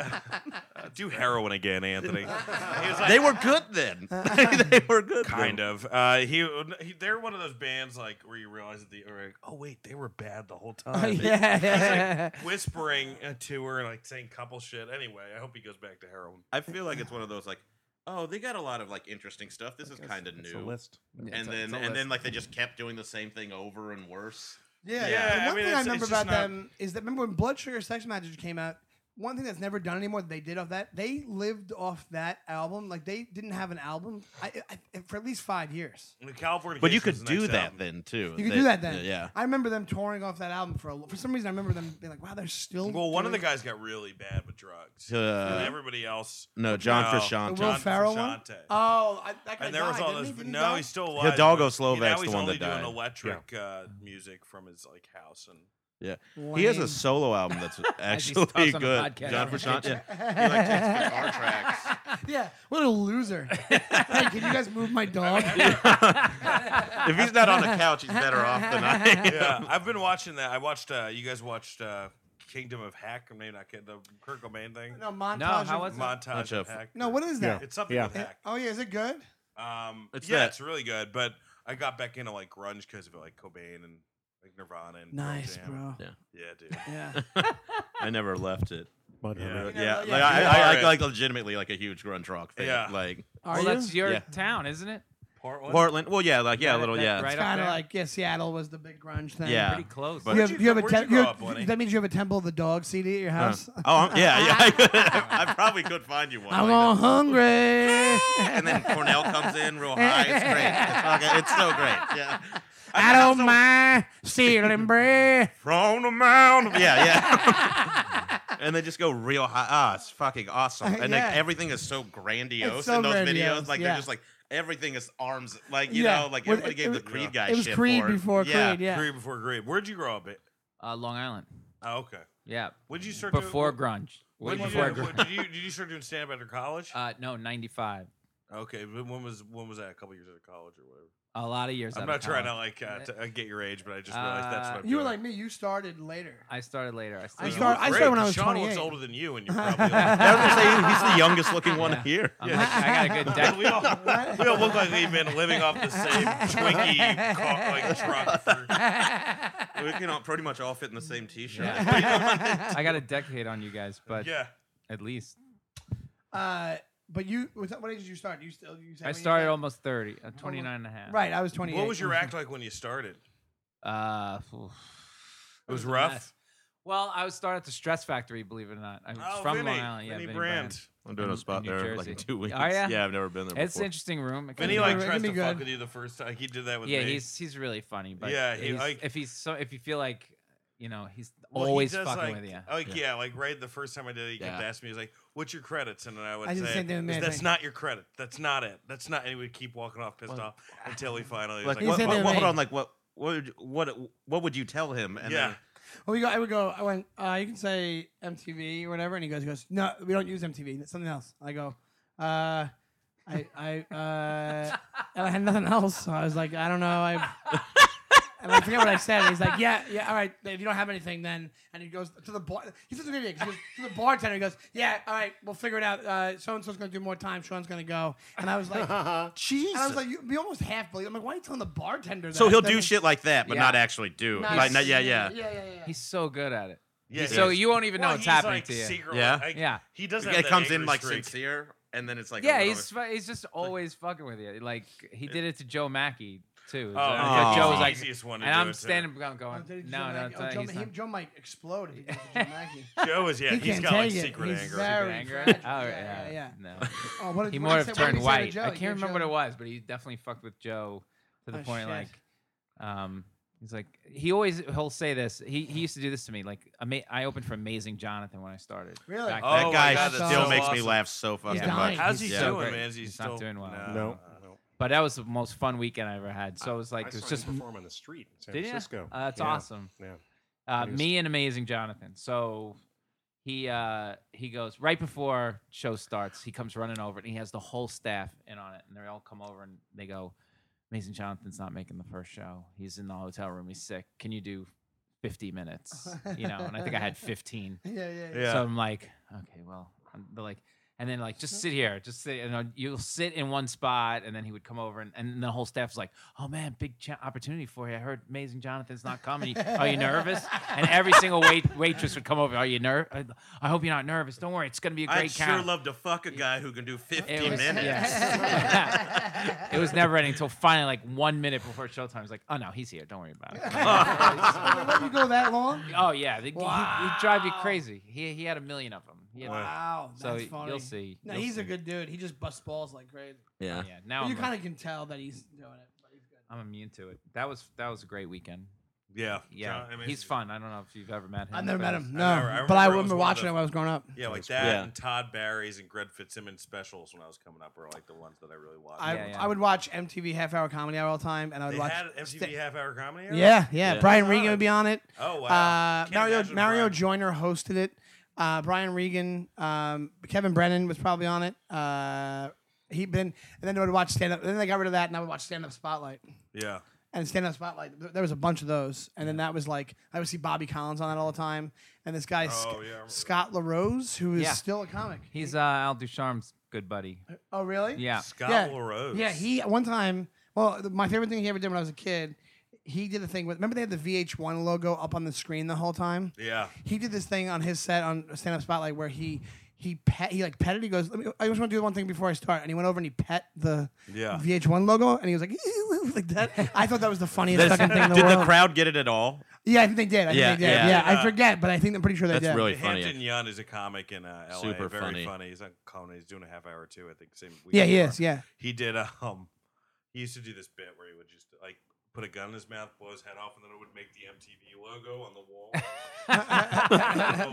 Speaker 7: jo jo jo.
Speaker 1: do heroin again, Anthony. He was like,
Speaker 7: They were good then. they were good.
Speaker 1: kind of. Uh, he, he- they're one of those bands like where you realize that they are like, oh wait, they were bad the whole time.
Speaker 4: yeah.
Speaker 1: Whispering uh, to her like saying couple shit. Anyway, I hope he goes back to heroin.
Speaker 7: I feel like it's one of those like, oh, they got a lot of like interesting stuff. This is kind of
Speaker 5: It's a
Speaker 7: new.
Speaker 5: list.
Speaker 7: And then and then like they just kept doing the same thing over and worse.
Speaker 1: Yeah,
Speaker 2: Yeah. The
Speaker 1: I
Speaker 2: one
Speaker 1: mean,
Speaker 2: thing I
Speaker 1: it's-
Speaker 2: remember
Speaker 1: it's just
Speaker 2: about
Speaker 1: not-
Speaker 2: them is that remember when Blood Sugar Sex Magic came out. One thing that's never done anymore that they did off that they lived off that album. Like they didn't have an album I, I, for at least five years.
Speaker 1: The California,
Speaker 7: But you could do that then too.
Speaker 2: You could
Speaker 7: They-
Speaker 2: do that then.
Speaker 7: Yeah.
Speaker 2: I remember them touring off that album for a, for some reason. I remember them being like, "Wow, they're still."
Speaker 1: Well, one of the
Speaker 2: doing-
Speaker 1: guys got really bad with drugs. and
Speaker 7: Uh,
Speaker 1: everybody else,
Speaker 6: No, John
Speaker 1: No.
Speaker 6: Frusciante.
Speaker 2: The Will
Speaker 1: John
Speaker 2: Ferrell one.
Speaker 1: Frusciante.
Speaker 2: Oh, I, that guy
Speaker 1: and there was
Speaker 2: died,
Speaker 1: all
Speaker 2: didn't
Speaker 1: this.
Speaker 2: he? Did he
Speaker 1: No,
Speaker 2: die?
Speaker 1: he's still alive.
Speaker 6: Hidalgo
Speaker 1: but he-
Speaker 6: Slovak's
Speaker 1: now
Speaker 6: the
Speaker 1: he's
Speaker 6: one
Speaker 1: only
Speaker 6: that
Speaker 1: doing
Speaker 6: died.
Speaker 1: electric uh, music from his like house and.
Speaker 6: Yeah. He has
Speaker 2: Lame.
Speaker 6: a solo album that's actually
Speaker 4: talks on the
Speaker 6: good.
Speaker 4: podcast.
Speaker 6: John Frusciante.
Speaker 7: he like takes guitar tracks.
Speaker 2: Yeah, what a loser. hey, can you guys move my dog?
Speaker 7: If he's not on the couch, he's better off than I. am.
Speaker 1: yeah, I've been watching that. I watched. Uh, you guys watched uh, Kingdom of Hack. I mean, I can the Kurt Cobain thing.
Speaker 2: No montage.
Speaker 4: No, how
Speaker 2: of-
Speaker 4: was it?
Speaker 1: Montage of
Speaker 6: That's a-
Speaker 1: Hack.
Speaker 2: No, what is that?
Speaker 1: It's something
Speaker 5: Yeah.
Speaker 1: with Hack.
Speaker 2: Oh yeah, is it good?
Speaker 1: Um,
Speaker 6: It's
Speaker 1: yeah,
Speaker 6: that-
Speaker 1: it's really good. But I got back into like grunge because of like Cobain and like Nirvana and Pearl
Speaker 2: Nice,
Speaker 1: Jam.
Speaker 2: bro.
Speaker 1: Yeah, dude.
Speaker 2: Yeah.
Speaker 6: I never left it.
Speaker 1: Yeah.
Speaker 7: Yeah,
Speaker 2: yeah,
Speaker 7: like I,
Speaker 1: you
Speaker 7: I, I
Speaker 1: are it.
Speaker 7: like legitimately like a huge grunge rock fan.
Speaker 1: Yeah.
Speaker 7: Like
Speaker 2: Are
Speaker 4: well,
Speaker 2: you?
Speaker 4: that's your
Speaker 6: Yeah.
Speaker 4: town, isn't it?
Speaker 1: Portland.
Speaker 6: Portland. Well, yeah, like yeah, a
Speaker 4: Right-
Speaker 6: little
Speaker 4: that-
Speaker 6: yeah.
Speaker 4: right up
Speaker 2: kind of
Speaker 4: there.
Speaker 2: like yeah, Seattle was the big grunge thing.
Speaker 6: Yeah.
Speaker 4: Pretty close.
Speaker 6: But-
Speaker 2: You have,
Speaker 1: Where'd
Speaker 2: you have a
Speaker 1: where'd you
Speaker 2: tem-
Speaker 1: grow
Speaker 2: you have-
Speaker 1: up, Lenny?
Speaker 2: that means you have a Temple of the Dog CD at your
Speaker 6: Uh,
Speaker 2: house.
Speaker 6: oh, I'm- yeah, yeah. I, could-
Speaker 7: I probably could find you one.
Speaker 2: I'm
Speaker 7: like
Speaker 2: all
Speaker 7: that.
Speaker 2: hungry.
Speaker 7: And then Cornell comes in real high. It's great. It's, fucking- it's so great. Yeah.
Speaker 2: I don't mind stealing bread.
Speaker 7: From the mound. Yeah, yeah. and they just go real high. Ah, it's fucking awesome. And
Speaker 2: Uh, Yeah.
Speaker 7: like everything is so grandiose
Speaker 2: It's so
Speaker 7: in those
Speaker 2: grandiose,
Speaker 7: videos. Like
Speaker 2: yeah.
Speaker 7: they're just like everything is arms. Like you
Speaker 2: Yeah.
Speaker 7: know, like
Speaker 2: Well,
Speaker 7: everybody
Speaker 2: it-
Speaker 7: gave
Speaker 2: it
Speaker 7: the
Speaker 2: was-
Speaker 7: Creed guy
Speaker 2: It was
Speaker 7: shit
Speaker 2: Creed
Speaker 7: for
Speaker 2: before
Speaker 7: yeah.
Speaker 2: Creed. Yeah.
Speaker 1: Creed before Creed. Where'd you grow up? At?
Speaker 4: uh, Long Island.
Speaker 1: Oh, okay.
Speaker 4: Yeah.
Speaker 1: When'd you start
Speaker 4: Before
Speaker 1: doing,
Speaker 4: grunge. Way
Speaker 1: when did,
Speaker 4: before
Speaker 1: you,
Speaker 4: grunge.
Speaker 1: what- did you did you start doing stand up after college?
Speaker 4: Uh, no, 95.
Speaker 1: okay, but when was when was that? A couple years out of college or whatever.
Speaker 4: A lot of years
Speaker 1: I'm
Speaker 4: out
Speaker 1: not
Speaker 4: of
Speaker 1: trying to
Speaker 4: college.
Speaker 1: like uh, t- uh, get your age, but I just realized that's
Speaker 4: Uh,
Speaker 1: what I'm
Speaker 2: You were
Speaker 1: doing.
Speaker 2: like me. You started later.
Speaker 4: I started later. I
Speaker 2: I
Speaker 4: started.
Speaker 2: start- I started when I was
Speaker 1: Sean looks
Speaker 2: 28.
Speaker 1: older than you, and you're probably. Like,
Speaker 6: I was gonna say he's the youngest looking one
Speaker 4: Yeah.
Speaker 6: here.
Speaker 4: I'm like, I got a good
Speaker 1: we,
Speaker 4: deck.
Speaker 1: all, we all look like we've been living off the same Twinkie car, like truck. For,
Speaker 7: We can all pretty much all fit in the same T-shirt.
Speaker 4: I got a decade on you guys, but
Speaker 1: yeah,
Speaker 4: at least
Speaker 2: Uh, but you, was that- what age did you start? You still? You said
Speaker 4: I
Speaker 2: when you
Speaker 4: started almost 30, uh, 29 and a half.
Speaker 2: Right, I was 28.
Speaker 1: what was your act like when you started?
Speaker 4: Uh, oof.
Speaker 1: It was
Speaker 4: a mess.
Speaker 1: rough.
Speaker 4: Well, I was started at the Stress Factory, believe it or not. I was
Speaker 1: Oh,
Speaker 4: from
Speaker 1: Vinny,
Speaker 4: Long Island. Yeah,
Speaker 1: Vinny
Speaker 4: Vinny
Speaker 1: Brand.
Speaker 6: I'm doing
Speaker 4: In-
Speaker 6: a spot
Speaker 4: in New
Speaker 6: there like in
Speaker 4: Jersey.
Speaker 6: two weeks.
Speaker 4: Are ya?
Speaker 6: Yeah, I've never been there.
Speaker 4: It's an
Speaker 6: before.
Speaker 4: interesting room. It
Speaker 1: Vinny
Speaker 4: kinda-
Speaker 1: like
Speaker 2: Give
Speaker 1: tries
Speaker 2: me
Speaker 1: to fuck
Speaker 2: good.
Speaker 1: with you the first time. He did that with
Speaker 4: yeah,
Speaker 1: me.
Speaker 4: he's he's really funny. But
Speaker 1: Yeah, he,
Speaker 4: he's-
Speaker 1: like-
Speaker 4: if he's so if you feel like you know he's
Speaker 1: Well, he
Speaker 4: always
Speaker 1: does,
Speaker 4: fucking
Speaker 1: like, uh,
Speaker 4: with you.
Speaker 1: Like yeah. like right the first time I did it, he kept
Speaker 6: Yeah.
Speaker 1: asking me, he was like, "What's your credits?" And then I would
Speaker 2: I did the
Speaker 1: say,
Speaker 2: same thing with me, I
Speaker 1: "That's
Speaker 2: think.
Speaker 1: not your credit. That's not it. That's not." And he would keep walking off pissed off until he finally was
Speaker 6: Like,
Speaker 1: like,
Speaker 6: what,
Speaker 2: said
Speaker 6: what-
Speaker 2: that
Speaker 6: what-
Speaker 2: they-
Speaker 6: hold on, like what, what, would you- what, what would you tell him? And
Speaker 1: "Yeah,
Speaker 6: then-
Speaker 2: Well, Oh, we go. I would go. I went. Uh, you can say MTV or whatever, and he goes, he goes. No, we don't use MTV. That's something else. I go. Uh, I I uh, and I had nothing else. So I was like, I don't know. I and I forget what I said. He's like, yeah, yeah, all right. If you don't have anything, then and he goes to the bar. He's such an idiot. 'cause He goes to the bartender. He goes, yeah, all right, we'll figure it out. Uh, so and so's gonna do more time. Sean's gonna go. And I was like, Jesus. And I was like, you, we almost half believe. I'm like, why are you telling the bartender? That?
Speaker 7: So he'll
Speaker 2: That
Speaker 7: do
Speaker 2: was-
Speaker 7: shit like that, but
Speaker 4: Yeah.
Speaker 7: not actually do. it.
Speaker 2: Nice.
Speaker 7: Like, not, yeah, yeah.
Speaker 2: yeah, yeah, yeah.
Speaker 4: He's so good at it.
Speaker 1: yeah."
Speaker 4: so
Speaker 1: yeah.
Speaker 4: you won't even
Speaker 1: Well,
Speaker 4: know it's
Speaker 1: he's,
Speaker 4: happening
Speaker 1: like,
Speaker 4: to you.
Speaker 1: secretly-
Speaker 7: Yeah?
Speaker 1: like,
Speaker 4: Yeah.
Speaker 1: He does.
Speaker 7: The
Speaker 1: have
Speaker 7: guy
Speaker 1: that
Speaker 7: comes
Speaker 1: angry
Speaker 7: in like
Speaker 1: streak.
Speaker 7: sincere, and then it's like, a
Speaker 4: Yeah,
Speaker 7: little-
Speaker 4: he's fu- he's just always fucking with you. Like he did it to Joe Mackey too.
Speaker 1: Oh,
Speaker 4: Yeah, Joe was
Speaker 1: the
Speaker 4: like,
Speaker 1: easiest one to
Speaker 4: and
Speaker 1: do
Speaker 4: I'm
Speaker 1: it to.
Speaker 4: standing up going,
Speaker 2: did Joe
Speaker 4: no, no,
Speaker 2: Mackey-
Speaker 4: it's
Speaker 2: oh,
Speaker 4: not-
Speaker 2: Joe,
Speaker 4: he's
Speaker 2: he-
Speaker 4: not.
Speaker 2: Joe might explode if he does it to Joe Mackey.
Speaker 1: Joe is yeah.
Speaker 2: He
Speaker 1: he's
Speaker 2: can't
Speaker 1: got like
Speaker 2: take it.
Speaker 1: secret
Speaker 2: He's
Speaker 1: anger.
Speaker 2: very-
Speaker 4: Secret anger.
Speaker 2: fragile.
Speaker 4: Oh
Speaker 2: Yeah,
Speaker 4: yeah,
Speaker 2: yeah, yeah.
Speaker 4: No.
Speaker 2: Oh, what did,
Speaker 4: He
Speaker 2: what did he
Speaker 4: more have
Speaker 2: say- what did
Speaker 4: turned
Speaker 2: he say to
Speaker 4: white.
Speaker 2: Joe?
Speaker 4: I
Speaker 2: He
Speaker 4: can't
Speaker 2: gave
Speaker 4: remember what
Speaker 2: Joe-
Speaker 4: it was, but he definitely fucked with Joe to the
Speaker 2: Oh, shit.
Speaker 4: point like, um, he's like he always he'll say this. He he used to do this to me. Like ama- I opened for Amazing Jonathan when I started.
Speaker 2: Really?
Speaker 4: back
Speaker 1: Oh
Speaker 4: then.
Speaker 7: that
Speaker 1: my
Speaker 7: guy
Speaker 1: God,
Speaker 7: still
Speaker 2: that's so
Speaker 7: makes me
Speaker 1: awesome.
Speaker 7: laugh so fucking much.
Speaker 2: dying.
Speaker 1: How's he
Speaker 4: He's
Speaker 1: doing,
Speaker 4: so great.
Speaker 1: man? Is he
Speaker 4: He's
Speaker 1: still
Speaker 4: not doing well.
Speaker 5: No.
Speaker 4: But that was the most fun weekend I ever had. So it was like
Speaker 5: I
Speaker 4: it was
Speaker 5: saw him
Speaker 4: just
Speaker 5: perform on the street in San
Speaker 4: Did ya?
Speaker 5: Francisco.
Speaker 4: Uh, that's
Speaker 5: Yeah.
Speaker 4: awesome.
Speaker 5: Yeah.
Speaker 4: uh,
Speaker 5: He was-
Speaker 4: me and amazing jonathan so he uh he goes right before show starts he comes running over and he has the whole staff in on it and they all come over and they go amazing jonathan's not making the first show he's in the hotel room he's sick can you do 50 minutes you know and i think i had 15
Speaker 2: Yeah, yeah, yeah.
Speaker 1: Yeah.
Speaker 4: so i'm like okay well I'm, they're like and then like just sit here, just sit. You know, you'll sit in one spot, and then he would come over, and, and the whole staff's like, "Oh man, big cha- opportunity for you." I heard Amazing Jonathan's not coming. Are you nervous? And every single wait waitress would come over. Are you nervous? I hope you're not nervous. Don't worry, it's gonna be a great
Speaker 7: I'd sure
Speaker 4: count.
Speaker 7: love to fuck a guy who can do 50
Speaker 4: it was,
Speaker 7: minutes.
Speaker 4: yeah. it was never ending until finally, like one minute before showtime, it's like, "Oh no, he's here. Don't worry about it."
Speaker 2: Wait, what, you go that long?
Speaker 4: Oh yeah, they, he, he'd drive you crazy. He he had a million of them. He had-
Speaker 2: Wow,
Speaker 4: So
Speaker 2: that's
Speaker 4: y-
Speaker 2: funny.
Speaker 4: you'll see.
Speaker 2: No,
Speaker 4: You'll
Speaker 2: he's a
Speaker 4: see.
Speaker 2: good dude. He just busts balls like crazy.
Speaker 6: Yeah.
Speaker 4: Yeah, now
Speaker 2: you
Speaker 4: I'm,
Speaker 2: kind
Speaker 4: like,
Speaker 2: of can tell that he's doing it. But he's good.
Speaker 4: I'm immune to it. That was that was a great weekend.
Speaker 1: Yeah.
Speaker 4: Yeah,
Speaker 1: John- I mean,
Speaker 4: he's fun. I don't know if you've ever met him.
Speaker 2: I've never
Speaker 4: but
Speaker 2: met
Speaker 4: it's-
Speaker 2: him. No,
Speaker 1: I never- I
Speaker 2: but I
Speaker 1: remember it was
Speaker 2: remember
Speaker 1: one of
Speaker 2: watching
Speaker 1: the-
Speaker 2: it when I was growing up.
Speaker 1: Yeah, like that
Speaker 6: Yeah.
Speaker 1: and Todd Barry's and Greg Fitzsimmons specials when I was coming up were like the ones that I really watched.
Speaker 2: I,
Speaker 4: Yeah, yeah.
Speaker 2: I would watch MTV Half Hour Comedy Hour all the time, and I would
Speaker 1: they
Speaker 2: watch.
Speaker 1: had MTV
Speaker 2: sta-
Speaker 1: half hour comedy. Hour?
Speaker 2: yeah, yeah,
Speaker 6: Yeah.
Speaker 2: Brian
Speaker 1: Oh.
Speaker 2: Regan would be on it.
Speaker 1: Oh wow.
Speaker 2: Uh,
Speaker 1: Can't
Speaker 2: Mario
Speaker 1: imagine
Speaker 2: Mario
Speaker 1: Brian-
Speaker 2: Joyner hosted it. Uh, Brian Regan, um, Kevin Brennan was probably on it. Uh, he'd been, and then I would watch stand up. Then they got rid of that, and I would watch Stand Up Spotlight.
Speaker 1: Yeah.
Speaker 2: and stand up spotlight. th- There was a bunch of those, and then that was like I would see Bobby Collins on that all the time, and this guy Sc-
Speaker 1: Oh, yeah, I remember.
Speaker 2: Scott LaRose, who is
Speaker 4: Yeah.
Speaker 2: still a comic.
Speaker 4: He's uh, Al Ducharme's good buddy.
Speaker 2: Oh, really?
Speaker 4: Yeah,
Speaker 1: Scott
Speaker 2: Yeah.
Speaker 1: LaRose.
Speaker 2: Yeah, he one time. Well, th- my favorite thing he ever did when I was a kid, he did a thing with. Remember they had the VH1 logo up on the screen the whole time.
Speaker 1: Yeah.
Speaker 2: He did this thing on his set on Stand Up Spotlight where he he pet he like petted. He goes, Let me, I just want to do one thing before I start, and he went over and he pet the
Speaker 1: Yeah.
Speaker 2: VH1 logo, and he was like like that. I thought that was the funniest
Speaker 6: This-
Speaker 2: fucking thing in the
Speaker 6: did
Speaker 2: world.
Speaker 6: the crowd get it at all?
Speaker 2: Yeah, I think they did. I
Speaker 6: Yeah,
Speaker 2: think they did.
Speaker 6: yeah.
Speaker 2: Yeah, I forget, but I think I'm pretty sure they
Speaker 6: That's
Speaker 2: did.
Speaker 6: really funny.
Speaker 1: Hampton Young is a comic in uh, LA.
Speaker 6: Super
Speaker 1: Very funny.
Speaker 6: funny.
Speaker 1: He's on comedy. He's doing a half hour too. I think same. Week
Speaker 2: yeah, he
Speaker 1: before.
Speaker 2: is. Yeah.
Speaker 1: He did. Um, he used to do this bit where he would just like put a gun in his mouth, blow his head off, and then it would make the MTV logo on the wall.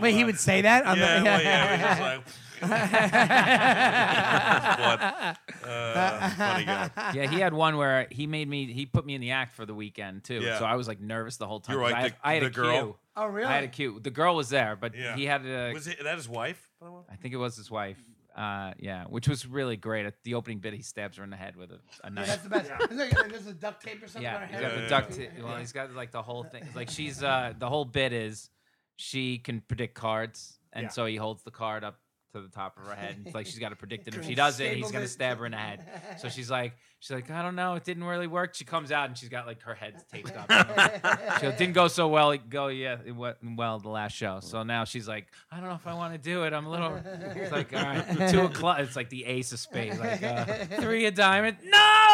Speaker 2: Wait, he would say that. On the-
Speaker 1: yeah, well, yeah. He was just like, what? Uh, funny guy.
Speaker 4: yeah. He had one where he made me. He put me in the act for the weekend too.
Speaker 1: Yeah.
Speaker 4: So I was like nervous the whole time.
Speaker 1: You were
Speaker 4: 'cause
Speaker 1: like
Speaker 4: I had,
Speaker 1: the-
Speaker 4: I had
Speaker 1: the
Speaker 4: a
Speaker 1: girl?
Speaker 4: cue.
Speaker 2: Oh, really?
Speaker 4: I had a cue. The girl was there, but
Speaker 1: Yeah.
Speaker 4: he had a.
Speaker 1: Was it, that his wife? by the way?
Speaker 4: I think it was his wife. Uh, yeah, which was really great. At the opening bit, he stabs her in the head with a, a knife.
Speaker 2: That's the best. Isn't there- There's a duct tape or something on
Speaker 4: Yeah,
Speaker 2: her
Speaker 4: he's
Speaker 2: head.
Speaker 4: got
Speaker 1: Yeah,
Speaker 4: the duct. tape. well, he's got like the whole thing. It's Like she's uh, the whole bit is she can predict cards, and so he holds the card up to the top of her head. And it's like she's got to predict it. If she does it, he's
Speaker 2: Stapled
Speaker 4: gonna
Speaker 2: it.
Speaker 4: stab her in the head. So she's like, she's like, I don't know, it didn't really work. She comes out and she's got like her head taped up. she goes, didn't go so well. It go yeah, it went well the last show. So now she's like, I don't know if I want to do it. I'm a little. It's like all right, two o'clock. It's like the ace of spades. Like uh, three of diamond.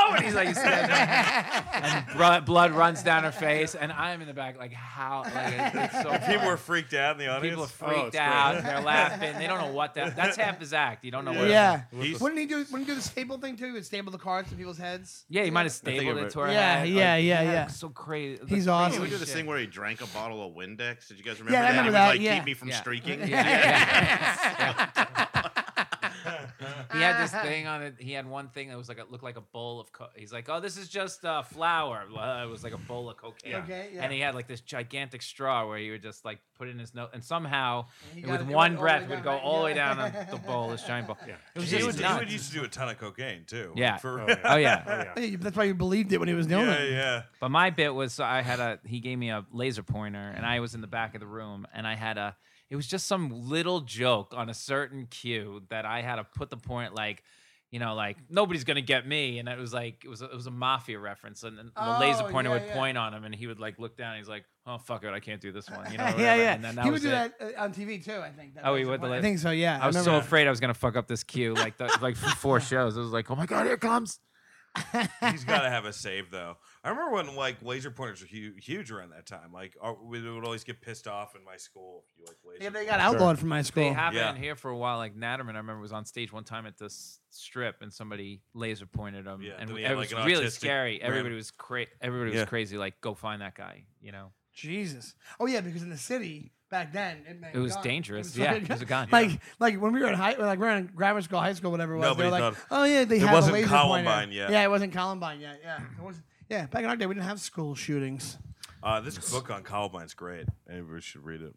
Speaker 4: No, and he's like. He's and bro- blood runs down her face, and I'm in the back like, how? Like, it- it's so
Speaker 1: People
Speaker 4: funny.
Speaker 1: were freaked out in the audience.
Speaker 4: People
Speaker 1: Oh,
Speaker 4: are freaked
Speaker 1: it's great.
Speaker 4: out. They're laughing. They don't know what that. That's half his act. You don't know what.
Speaker 2: Yeah.
Speaker 1: He's-
Speaker 2: Wouldn't he do? Wouldn't he do the staple thing too? He would staple the cards to people's heads.
Speaker 4: Yeah, he might have
Speaker 6: think
Speaker 4: stapled
Speaker 6: of
Speaker 4: it
Speaker 6: it.
Speaker 4: to her
Speaker 2: Yeah,
Speaker 4: head.
Speaker 2: yeah, yeah,
Speaker 4: that
Speaker 2: yeah.
Speaker 4: looks So crazy.
Speaker 7: Can
Speaker 2: He's
Speaker 7: we
Speaker 2: awesome.
Speaker 7: do this
Speaker 4: shit.
Speaker 7: thing where he drank a bottle of Windex? Did you guys remember
Speaker 2: Yeah, I
Speaker 7: that?
Speaker 2: remember
Speaker 7: He would,
Speaker 2: that,
Speaker 7: like,
Speaker 2: yeah.
Speaker 7: keep me from
Speaker 4: Yeah.
Speaker 7: streaking.
Speaker 4: he had this thing on it. He had one thing that was like it looked like a bowl of. Co- He's like, oh, this is just uh, flour. Well, It was like a bowl of cocaine.
Speaker 2: Okay, yeah.
Speaker 4: And he had like this gigantic straw where he would just like put it in his nose, and somehow
Speaker 2: And he got
Speaker 4: with
Speaker 2: it- it
Speaker 4: one
Speaker 2: went all the
Speaker 4: breath
Speaker 2: way
Speaker 4: it would
Speaker 2: down,
Speaker 4: go all the way
Speaker 2: right?
Speaker 4: down on
Speaker 2: Yeah.
Speaker 4: the bowl, this giant bowl. It was
Speaker 1: He
Speaker 4: just
Speaker 1: would, he
Speaker 4: nuts.
Speaker 1: would used to do a ton of cocaine too.
Speaker 4: Yeah.
Speaker 1: For, yeah.
Speaker 5: Oh, yeah.
Speaker 4: oh yeah.
Speaker 5: Oh, yeah.
Speaker 2: Yeah, That's why you believed it when he was doing
Speaker 1: Yeah,
Speaker 2: it.
Speaker 1: yeah.
Speaker 4: But my bit was I had a he gave me a laser pointer and I was in the back of the room and I had a it was just some little joke on a certain cue that I had to put the point like you know like nobody's gonna get me and it was like it was a, it was a mafia reference and then the laser
Speaker 2: Oh,
Speaker 4: pointer
Speaker 2: yeah,
Speaker 4: would
Speaker 2: yeah.
Speaker 4: point on him and he would like look down and he's like oh fuck it I can't do this one you know
Speaker 2: Yeah,
Speaker 4: whatever.
Speaker 2: yeah.
Speaker 4: and then that
Speaker 2: he would
Speaker 4: was
Speaker 2: do
Speaker 4: it.
Speaker 2: that uh, on TV too. I think. That
Speaker 4: Oh, he
Speaker 2: was
Speaker 4: would, the
Speaker 2: one- I
Speaker 4: la-
Speaker 2: think so. Yeah.
Speaker 4: I was
Speaker 2: remember
Speaker 4: so
Speaker 2: that.
Speaker 4: afraid I was gonna fuck up this cue like the, like for four shows it was like oh my god here it comes
Speaker 1: He's got to have a save though. I remember when like laser pointers were hu- huge around that time. Like our, we would always get pissed off in my school if you like laser.
Speaker 2: Yeah, they got outlawed from my
Speaker 4: They
Speaker 2: school.
Speaker 4: have
Speaker 1: Yeah.
Speaker 4: it in here for a while. Like Natterman, I remember was on stage one time at this strip, and somebody laser pointed him,
Speaker 1: Yeah,
Speaker 4: and
Speaker 1: then
Speaker 4: we,
Speaker 1: he had,
Speaker 4: it
Speaker 1: like,
Speaker 4: was
Speaker 1: an
Speaker 4: really
Speaker 1: autistic
Speaker 4: scary.
Speaker 1: ram-
Speaker 4: Everybody was cra- Everybody was
Speaker 1: Yeah.
Speaker 4: crazy. Like, go find that guy. You know,
Speaker 2: Jesus. Oh yeah, because in the city back then it, meant
Speaker 4: it was
Speaker 2: God.
Speaker 4: dangerous.
Speaker 2: was
Speaker 4: yeah,
Speaker 2: fucking
Speaker 4: it was a gun.
Speaker 2: Like, like when we were in high, like we were in grammar school, high school, whatever it was. they
Speaker 1: Nobody
Speaker 2: were like,
Speaker 1: thought-
Speaker 2: oh yeah, they
Speaker 1: It
Speaker 2: have
Speaker 1: wasn't
Speaker 2: a laser pointer."
Speaker 1: Columbine yet.
Speaker 2: Yeah, it wasn't Columbine yet. Yeah, it was. Yeah, back in our day, we didn't have school shootings.
Speaker 1: Uh, this book on Columbine's great. Everybody should read it.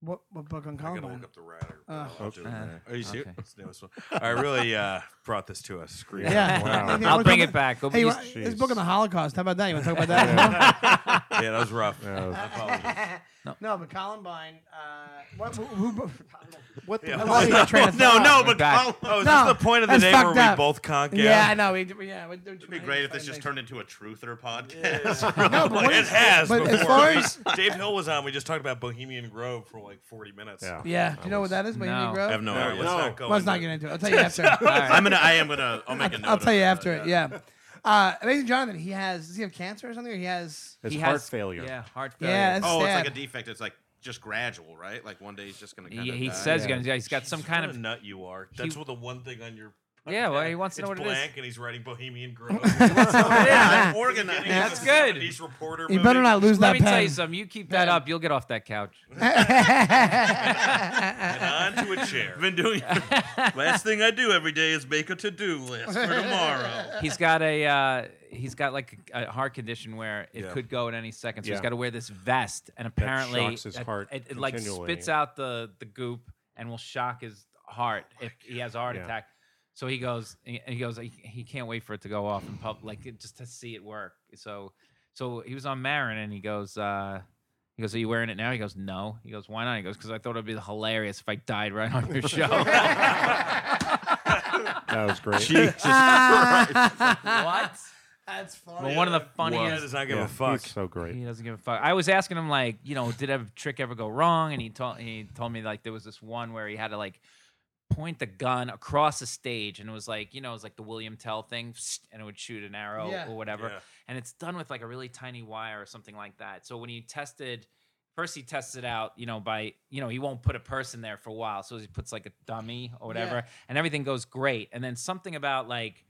Speaker 2: What, what book on
Speaker 1: I gotta
Speaker 2: Columbine?
Speaker 1: look up the writer.
Speaker 2: Oh,
Speaker 4: Uh,
Speaker 1: Are you serious?
Speaker 4: okay.
Speaker 1: I really uh, brought this to a screen.
Speaker 2: Yeah,
Speaker 5: Wow.
Speaker 2: Maybe I
Speaker 4: I'll
Speaker 2: look
Speaker 4: bring
Speaker 2: up-
Speaker 4: it back. Go
Speaker 2: Hey,
Speaker 4: be-
Speaker 2: you want- this book on the Holocaust. How about that? You want to talk about that?
Speaker 1: yeah, that was rough.
Speaker 5: Yeah.
Speaker 1: I apologize.
Speaker 4: no,
Speaker 2: No, but Columbine. Uh, what, who, who,
Speaker 5: What the
Speaker 2: I
Speaker 1: Yeah.
Speaker 2: lost my train of
Speaker 7: No,
Speaker 2: thought.
Speaker 7: no, but
Speaker 4: back.
Speaker 7: Colin-
Speaker 1: Oh, is
Speaker 2: No,
Speaker 1: this the point of the
Speaker 2: that's
Speaker 1: day where
Speaker 2: fucked
Speaker 1: we
Speaker 2: up.
Speaker 1: both conk out?
Speaker 2: Yeah, I know. We, we- yeah, it'd
Speaker 7: It'd be great if this just turned into a truther podcast.
Speaker 2: No, but what
Speaker 1: it
Speaker 2: is-
Speaker 1: has.
Speaker 2: but
Speaker 1: before.
Speaker 2: as far as
Speaker 1: Dave Hill was on, we just talked about Bohemian Grove for like 40 minutes.
Speaker 5: Yeah.
Speaker 2: yeah, do you know what that is? Bohemian
Speaker 4: No.
Speaker 2: Grove?
Speaker 7: I have no, idea.
Speaker 1: let's not go.
Speaker 2: Let's not
Speaker 1: into
Speaker 2: get
Speaker 1: it.
Speaker 2: into it. I'll tell you after.
Speaker 7: I'm gonna. I am gonna. I'll make a note.
Speaker 2: I'll tell
Speaker 7: of
Speaker 2: you
Speaker 7: it,
Speaker 2: after
Speaker 7: uh,
Speaker 2: it. Yeah. Uh, Amazing Jonathan. He has. Does he have cancer or something? Or he has.
Speaker 5: It's
Speaker 4: He
Speaker 5: heart
Speaker 4: has-
Speaker 5: failure.
Speaker 4: Yeah, heart failure.
Speaker 2: Yeah. That's
Speaker 7: Oh, it's
Speaker 2: sad.
Speaker 7: like a defect. It's like just gradual, right? Like one day he's just gonna.
Speaker 4: He,
Speaker 7: Kinda
Speaker 4: he
Speaker 7: die.
Speaker 4: says he's
Speaker 5: Yeah.
Speaker 4: gonna- yeah. he's got some kind of
Speaker 1: nut you are. That's what the one thing on your.
Speaker 4: Yeah, well, he wants to know
Speaker 1: it's
Speaker 4: what it is.
Speaker 1: blank and he's writing Bohemian Grove. yeah,
Speaker 7: I'm organized.
Speaker 4: That's good.
Speaker 1: He's reporter.
Speaker 2: You better
Speaker 1: movie.
Speaker 2: not lose
Speaker 4: Let
Speaker 2: that
Speaker 4: me
Speaker 2: pen.
Speaker 4: tell you something. You keep that up, you'll get off that couch.
Speaker 2: Uh,
Speaker 1: And onto a chair.
Speaker 7: I've been doing. last thing I do every day is make a to-do list for tomorrow.
Speaker 4: He's got a uh, he's got like a, a heart condition where it
Speaker 1: Yeah.
Speaker 4: could go at any second. So he's
Speaker 5: Yeah.
Speaker 4: got to wear this vest, and apparently
Speaker 5: shocks his
Speaker 4: that-
Speaker 5: heart
Speaker 4: It, it, like
Speaker 5: continually.
Speaker 4: spits out the the goop and will shock his heart if he has a heart
Speaker 5: Yeah.
Speaker 4: attack. So he goes and he goes he, he can't wait for it to go off in public, like it- just to see it work. So so he was on Marin and he goes. Uh, he goes, "Are you wearing it now?" He goes, "No." He goes, "Why not?" He goes, "Because I thought it'd be hilarious if I died right on your show."
Speaker 5: That was great.
Speaker 4: what?
Speaker 2: That's funny.
Speaker 4: Well, one of the
Speaker 1: He
Speaker 4: funniest.
Speaker 1: does not give
Speaker 5: Yeah,
Speaker 1: a fuck.
Speaker 5: He's so great.
Speaker 4: He doesn't give a fuck. I was asking him like, you know, did a trick ever go wrong? And he told he told me like there was this one where he had to like point the gun across the stage, and it was like, you know, it was like the William Tell thing, and it would shoot an arrow
Speaker 2: Yeah.
Speaker 4: or whatever.
Speaker 1: Yeah.
Speaker 4: And it's done with like a really tiny wire or something like that. So when he tested. First, he tests it out, you know, by, you know, he won't put a person there for a while. So he puts like a dummy or whatever,
Speaker 2: Yeah.
Speaker 4: and everything goes great. And then something about like,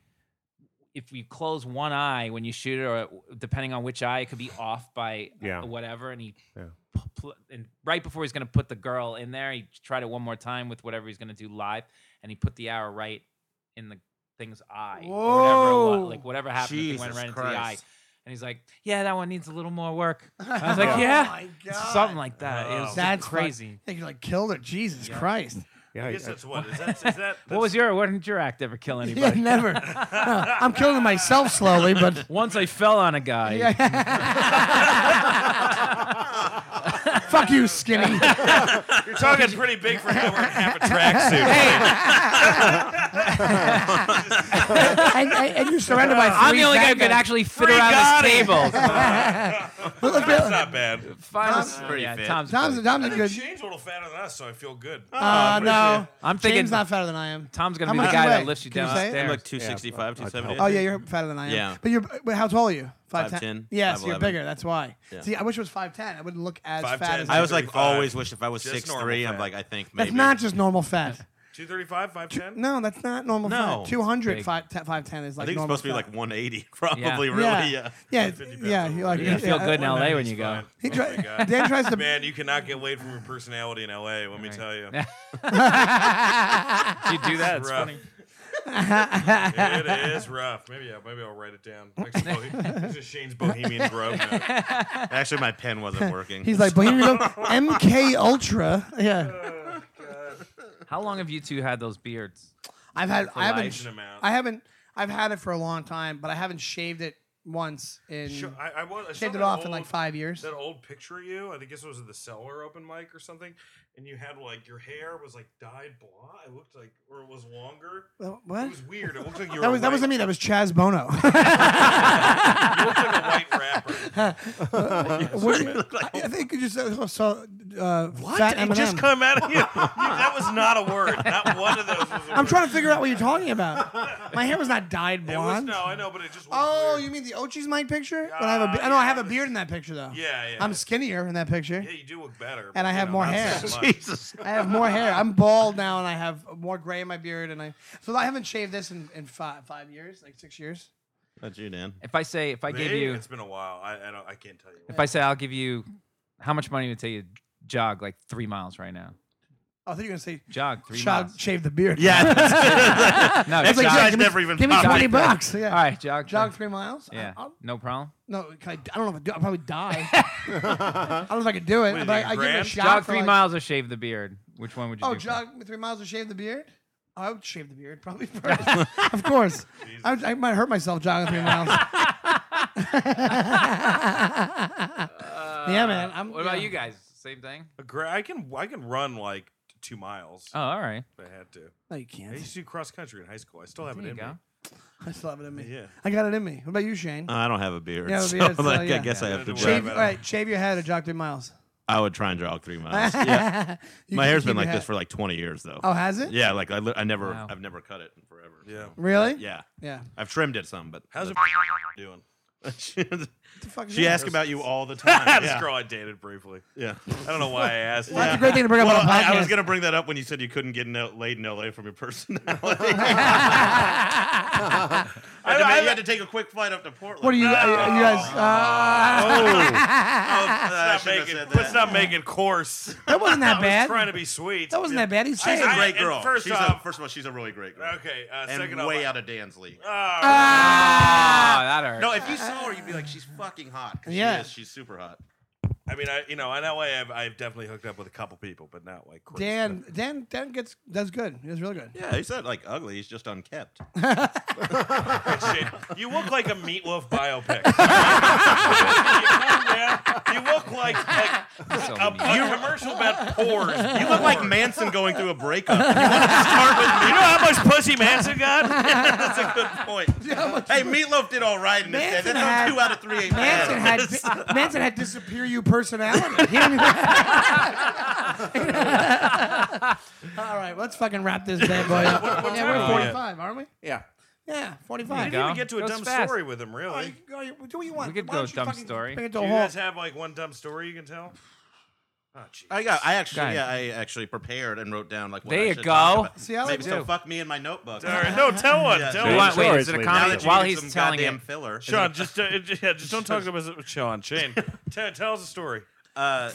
Speaker 4: if you close one eye when you shoot it, or depending on which eye, it could be off by
Speaker 5: Yeah.
Speaker 4: whatever. And he,
Speaker 5: Yeah.
Speaker 4: p- pl- and right before he's going to put the girl in there, he tried it one more time with whatever he's going to do live, and he put the arrow right in the thing's eye. Or whatever it
Speaker 2: Whoa.
Speaker 4: was, like whatever happened, it went
Speaker 7: Jesus
Speaker 4: right into the eye.
Speaker 7: Christ.
Speaker 4: And he's like, "Yeah, that one needs a little more work." I was like, "Yeah, something like that." It was just
Speaker 2: Oh That's fu-
Speaker 4: crazy.
Speaker 2: I think you like killed her. Jesus Christ.
Speaker 5: Yeah,
Speaker 1: I
Speaker 5: I-
Speaker 1: guess
Speaker 5: I-
Speaker 1: that's what is that? Is that
Speaker 4: What was your? What did your act ever kill
Speaker 2: Yeah,
Speaker 4: anybody?
Speaker 2: never. No, I'm killing myself slowly, but
Speaker 4: Once I fell on a guy.
Speaker 2: fuck you, skinny.
Speaker 1: You're talking pretty big for how we're gonna have a tracksuit.
Speaker 2: and, and, and you surrender by three
Speaker 4: I'm the only guy who
Speaker 2: seconds.
Speaker 4: could actually fit around this table. uh,
Speaker 2: But let's be-
Speaker 1: That's not bad.
Speaker 4: Tom's
Speaker 7: pretty fit.
Speaker 4: Tom's,
Speaker 2: Tom's,
Speaker 4: pretty-
Speaker 2: Tom's
Speaker 1: I
Speaker 2: a
Speaker 1: think
Speaker 2: good.
Speaker 1: Shane's a little fatter than us, so I feel good.
Speaker 2: Uh, no.
Speaker 4: I'm Oh, thinking
Speaker 2: Shane's not fatter than I am.
Speaker 4: Tom's gonna
Speaker 2: How
Speaker 4: be the
Speaker 2: much
Speaker 4: guy
Speaker 2: you
Speaker 4: that
Speaker 2: weigh?
Speaker 4: lifts you
Speaker 2: Can you say it?
Speaker 4: down.
Speaker 2: I'm
Speaker 7: I'm like 265, 270.
Speaker 2: Oh yeah, you're fatter than I am.
Speaker 7: Yeah.
Speaker 2: But you're. But how tall are you?
Speaker 7: 5'10",
Speaker 2: Yeah, so you're
Speaker 7: 5'11".
Speaker 2: bigger. That's why.
Speaker 7: Yeah.
Speaker 2: See, I wish it was five ten. I wouldn't look as fat
Speaker 1: 5'10".
Speaker 2: as
Speaker 7: I was like
Speaker 1: 235.
Speaker 7: always wish if I was
Speaker 1: Just
Speaker 7: six
Speaker 1: normal
Speaker 7: three. I'm
Speaker 1: fat.
Speaker 7: like I think maybe.
Speaker 2: That's not just normal fat.
Speaker 1: 235, 5'10"?
Speaker 2: No, that's not normal
Speaker 7: No.
Speaker 2: fat. 200,
Speaker 4: Big.
Speaker 2: 5, 10,
Speaker 7: I
Speaker 2: 5'10 is
Speaker 7: think
Speaker 2: like
Speaker 7: it's
Speaker 2: normal
Speaker 7: supposed to be
Speaker 2: fat.
Speaker 7: like 180 probably.
Speaker 4: Yeah.
Speaker 7: Really. Yeah.
Speaker 2: Yeah, it's-
Speaker 1: 50 uh, pounds
Speaker 2: yeah,
Speaker 1: over.
Speaker 2: you like
Speaker 1: You
Speaker 4: You feel
Speaker 2: yeah,
Speaker 4: good in
Speaker 2: I-
Speaker 4: LA when
Speaker 1: He's
Speaker 4: you go.
Speaker 1: fine.
Speaker 2: He
Speaker 1: Oh
Speaker 2: try,
Speaker 1: my God.
Speaker 2: Dan tries to.
Speaker 1: Man, you cannot get away from your personality in LA, let me tell you.
Speaker 4: You do that. It's
Speaker 1: rough.
Speaker 4: funny.
Speaker 1: it is rough. Maybe yeah, maybe I'll write it down. Next to Bohe- next to Shane's Bohemian Grove. note.
Speaker 7: Actually, my pen wasn't working.
Speaker 2: He's like, Bohemian Grove, MK Ultra. Yeah,
Speaker 4: How long have you two had those beards?
Speaker 2: I've had. I
Speaker 1: life.
Speaker 2: haven't.
Speaker 1: Amount.
Speaker 2: I haven't. I've had it for a long time, but I haven't shaved it once in.
Speaker 1: Sure, I, I was, I saw
Speaker 2: shaved it
Speaker 1: that
Speaker 2: off in
Speaker 1: old-
Speaker 2: like five years.
Speaker 1: That old picture of you, I think this was at the cellar open mic or something, and you had like your hair was like dyed blonde. It looked like, or it was longer.
Speaker 2: What?
Speaker 1: It was weird. It looked like you were
Speaker 2: That was
Speaker 1: a
Speaker 2: that wasn't
Speaker 1: white-
Speaker 2: me. That was Chaz Bono.
Speaker 1: You looked like a white rapper.
Speaker 2: What- I think you just uh, saw uh,
Speaker 1: It
Speaker 2: fat Eminem.
Speaker 1: just come out of you. You- That was not a word. Not one of those was a word.
Speaker 2: I'm trying to figure out what you're talking about. My hair was not dyed
Speaker 1: It was
Speaker 2: blonde.
Speaker 1: no, I know, but it just. Looked
Speaker 2: Oh,
Speaker 1: weird.
Speaker 2: you mean the Ochi's Mike picture? When I have a be-
Speaker 1: Ah,
Speaker 2: I know I
Speaker 1: yeah,
Speaker 2: have a
Speaker 1: the-
Speaker 2: beard in that picture though.
Speaker 1: Yeah, yeah.
Speaker 2: I'm skinnier in that picture.
Speaker 1: yeah, you do look better.
Speaker 2: And I
Speaker 1: but,
Speaker 2: have
Speaker 1: you know,
Speaker 2: more
Speaker 1: not
Speaker 2: hair.
Speaker 1: so much.
Speaker 7: Jesus.
Speaker 2: I have more hair. I'm bald now, and I have more gray in my beard, and I so I haven't shaved this in, in five five years, like six years.
Speaker 7: Not you, Dan.
Speaker 4: If I say, if I gave
Speaker 1: Hey,
Speaker 4: you,
Speaker 1: It's been a while. I, I don't. I can't tell you.
Speaker 4: if I say, I'll give you, how much money would it take you to jog like three miles right now?
Speaker 2: Oh, I thought you were gonna say
Speaker 4: Jog three
Speaker 2: shave,
Speaker 4: miles.
Speaker 2: shave the beard.
Speaker 4: No,
Speaker 7: That's
Speaker 4: jog.
Speaker 7: like
Speaker 2: yeah,
Speaker 7: guys
Speaker 2: give me-
Speaker 7: never even
Speaker 2: give me
Speaker 7: popped
Speaker 2: twenty
Speaker 7: like that.
Speaker 2: bucks. Yeah.
Speaker 4: All right, jog.
Speaker 2: Jog three miles. I-
Speaker 4: Yeah,
Speaker 2: I'll-
Speaker 4: no problem.
Speaker 2: no, can I, I don't know if I do. I'll probably die. I don't know if I could do it,
Speaker 1: What do you
Speaker 2: but I,
Speaker 1: think,
Speaker 2: I give it a
Speaker 1: grand?
Speaker 2: shot.
Speaker 4: Jog
Speaker 2: for
Speaker 4: three
Speaker 2: like-
Speaker 4: miles or shave the beard. Which one would you
Speaker 2: Oh,
Speaker 4: do? first?
Speaker 2: jog three miles to shave the beard. I would shave the beard probably first. of course, I, would, I might hurt myself jogging three miles. yeah, man. I'm,
Speaker 4: What about
Speaker 2: yeah.
Speaker 6: Uh,
Speaker 4: you guys? Same thing.
Speaker 1: A gra- I can I can run like t- two miles
Speaker 4: Oh, all right.
Speaker 1: if I had to.
Speaker 2: No, Oh, you
Speaker 1: I
Speaker 2: can't.
Speaker 1: used to do cross country in high school. I still have
Speaker 4: There
Speaker 1: it
Speaker 4: you
Speaker 1: in
Speaker 4: go.
Speaker 1: me.
Speaker 2: I still have it in me.
Speaker 1: Yeah.
Speaker 2: I got it in me. What about you, Shane?
Speaker 6: I don't have a beard,
Speaker 2: Yeah, a
Speaker 6: so,
Speaker 2: beard, so,
Speaker 6: like,
Speaker 2: yeah.
Speaker 6: I guess I
Speaker 1: Yeah,
Speaker 6: have to
Speaker 1: don't
Speaker 6: jog.
Speaker 1: worry
Speaker 2: shave,
Speaker 1: about
Speaker 2: all
Speaker 1: it.
Speaker 2: right, shave your head or jog three miles.
Speaker 6: I would try and jog three miles. yeah.
Speaker 2: You
Speaker 6: My
Speaker 2: can
Speaker 6: hair's
Speaker 2: keep
Speaker 6: been like
Speaker 2: your
Speaker 6: this
Speaker 2: head-
Speaker 6: for like 20 years though.
Speaker 2: Oh, has it?
Speaker 6: Yeah, like I, li- I never,
Speaker 4: Wow.
Speaker 6: I've never cut it in forever.
Speaker 1: Yeah.
Speaker 6: so.
Speaker 2: Really?
Speaker 6: Yeah,
Speaker 2: Yeah.
Speaker 6: I've trimmed it some, but
Speaker 1: How's it doing?
Speaker 2: What the fuck is
Speaker 6: she
Speaker 2: that?
Speaker 6: asks about you all the time.
Speaker 1: This
Speaker 6: yeah.
Speaker 1: girl I dated briefly.
Speaker 6: yeah.
Speaker 1: I don't know why I asked.
Speaker 2: Well, that's a
Speaker 1: Yeah.
Speaker 2: great thing to bring
Speaker 6: Well,
Speaker 2: up on a podcast.
Speaker 6: I, I was gonna bring that up when you said you couldn't get in L- laid in LA from your personality. you, had to,
Speaker 1: I-
Speaker 6: you had to take a quick flight up to Portland.
Speaker 2: What are you,
Speaker 6: No.
Speaker 2: are you guys? Uh,
Speaker 6: I
Speaker 1: Let's not
Speaker 6: shouldn't have
Speaker 1: make
Speaker 6: uh, said
Speaker 1: it-
Speaker 6: that.
Speaker 1: let's not make it coarse.
Speaker 2: that wasn't
Speaker 1: I
Speaker 2: that
Speaker 1: was
Speaker 2: bad.
Speaker 1: trying to be sweet.
Speaker 2: That wasn't that bad. He's
Speaker 1: I-
Speaker 2: saying.
Speaker 1: I-
Speaker 6: She's a great
Speaker 1: and
Speaker 6: girl.
Speaker 1: first
Speaker 6: she's
Speaker 1: off-
Speaker 6: a, first of all, she's a really great girl.
Speaker 1: Okay. Uh, second
Speaker 6: and
Speaker 1: off,
Speaker 6: way
Speaker 1: I-
Speaker 6: out of Dan's league.
Speaker 1: Ah,
Speaker 4: Ah, that hurts.
Speaker 6: No, if you saw her, you'd be like, she's fucking hot.
Speaker 2: Yeah.
Speaker 6: she is. She's super hot.
Speaker 1: I mean, I you know, in that way, I've, I've definitely hooked up with a couple people, but not like crazy.
Speaker 2: Dan, Dan, Dan gets does good. He does really good.
Speaker 6: Yeah, he's not like ugly. He's just unkept.
Speaker 1: Shit, You look like a meatloaf biopic. you, come down, you look like, like
Speaker 4: So
Speaker 1: a,
Speaker 4: mean.
Speaker 1: a commercial about pores.
Speaker 6: You look like Manson going through a breakup. You want to
Speaker 1: Start with me. You know how much pussy Manson got?
Speaker 6: That's a good point. hey, Meatloaf did all right in this.
Speaker 2: Manson
Speaker 6: That's
Speaker 2: had-
Speaker 6: two out of three. ain't bad.
Speaker 2: Manson had Manson had disappear you personality. He didn't even- All right, let's fucking wrap this bad boy up. yeah,
Speaker 1: time are
Speaker 2: we're
Speaker 1: we at?
Speaker 2: 45, aren't we?
Speaker 5: Yeah.
Speaker 2: Yeah,
Speaker 1: I
Speaker 2: 45.
Speaker 4: go.
Speaker 1: didn't even get to a
Speaker 4: Goes
Speaker 1: dumb
Speaker 4: fast.
Speaker 1: story with him,
Speaker 2: All
Speaker 1: really.
Speaker 2: right, all right, do what you want.
Speaker 4: We could
Speaker 2: Why don't
Speaker 4: go
Speaker 2: you
Speaker 4: dumb
Speaker 2: fucking
Speaker 4: story.
Speaker 2: bring it to
Speaker 1: Do
Speaker 2: a
Speaker 1: you
Speaker 2: halt?
Speaker 1: guys have like one dumb story you can tell? Oh, jeez.
Speaker 6: I got. I actually.
Speaker 4: Guy.
Speaker 6: Yeah, I actually prepared and wrote down like. What
Speaker 4: There
Speaker 6: I
Speaker 4: you
Speaker 6: should
Speaker 4: go.
Speaker 6: talk about.
Speaker 2: See, I like
Speaker 6: Maybe
Speaker 2: to-
Speaker 6: so. Fuck me in my notebook.
Speaker 1: All right, no, tell one.
Speaker 6: Yeah,
Speaker 1: tell
Speaker 6: Shane,
Speaker 1: one.
Speaker 4: want- wait,
Speaker 5: sorry,
Speaker 4: is it a
Speaker 5: please.
Speaker 6: Now
Speaker 4: comedy?
Speaker 6: that you
Speaker 4: While
Speaker 6: did
Speaker 4: he's
Speaker 6: some
Speaker 4: telling
Speaker 6: goddamn
Speaker 4: it,
Speaker 6: filler.
Speaker 1: Sean, just uh, yeah, just don't talk about it- Sean. Shane, tell, tell us a story.
Speaker 6: Uh,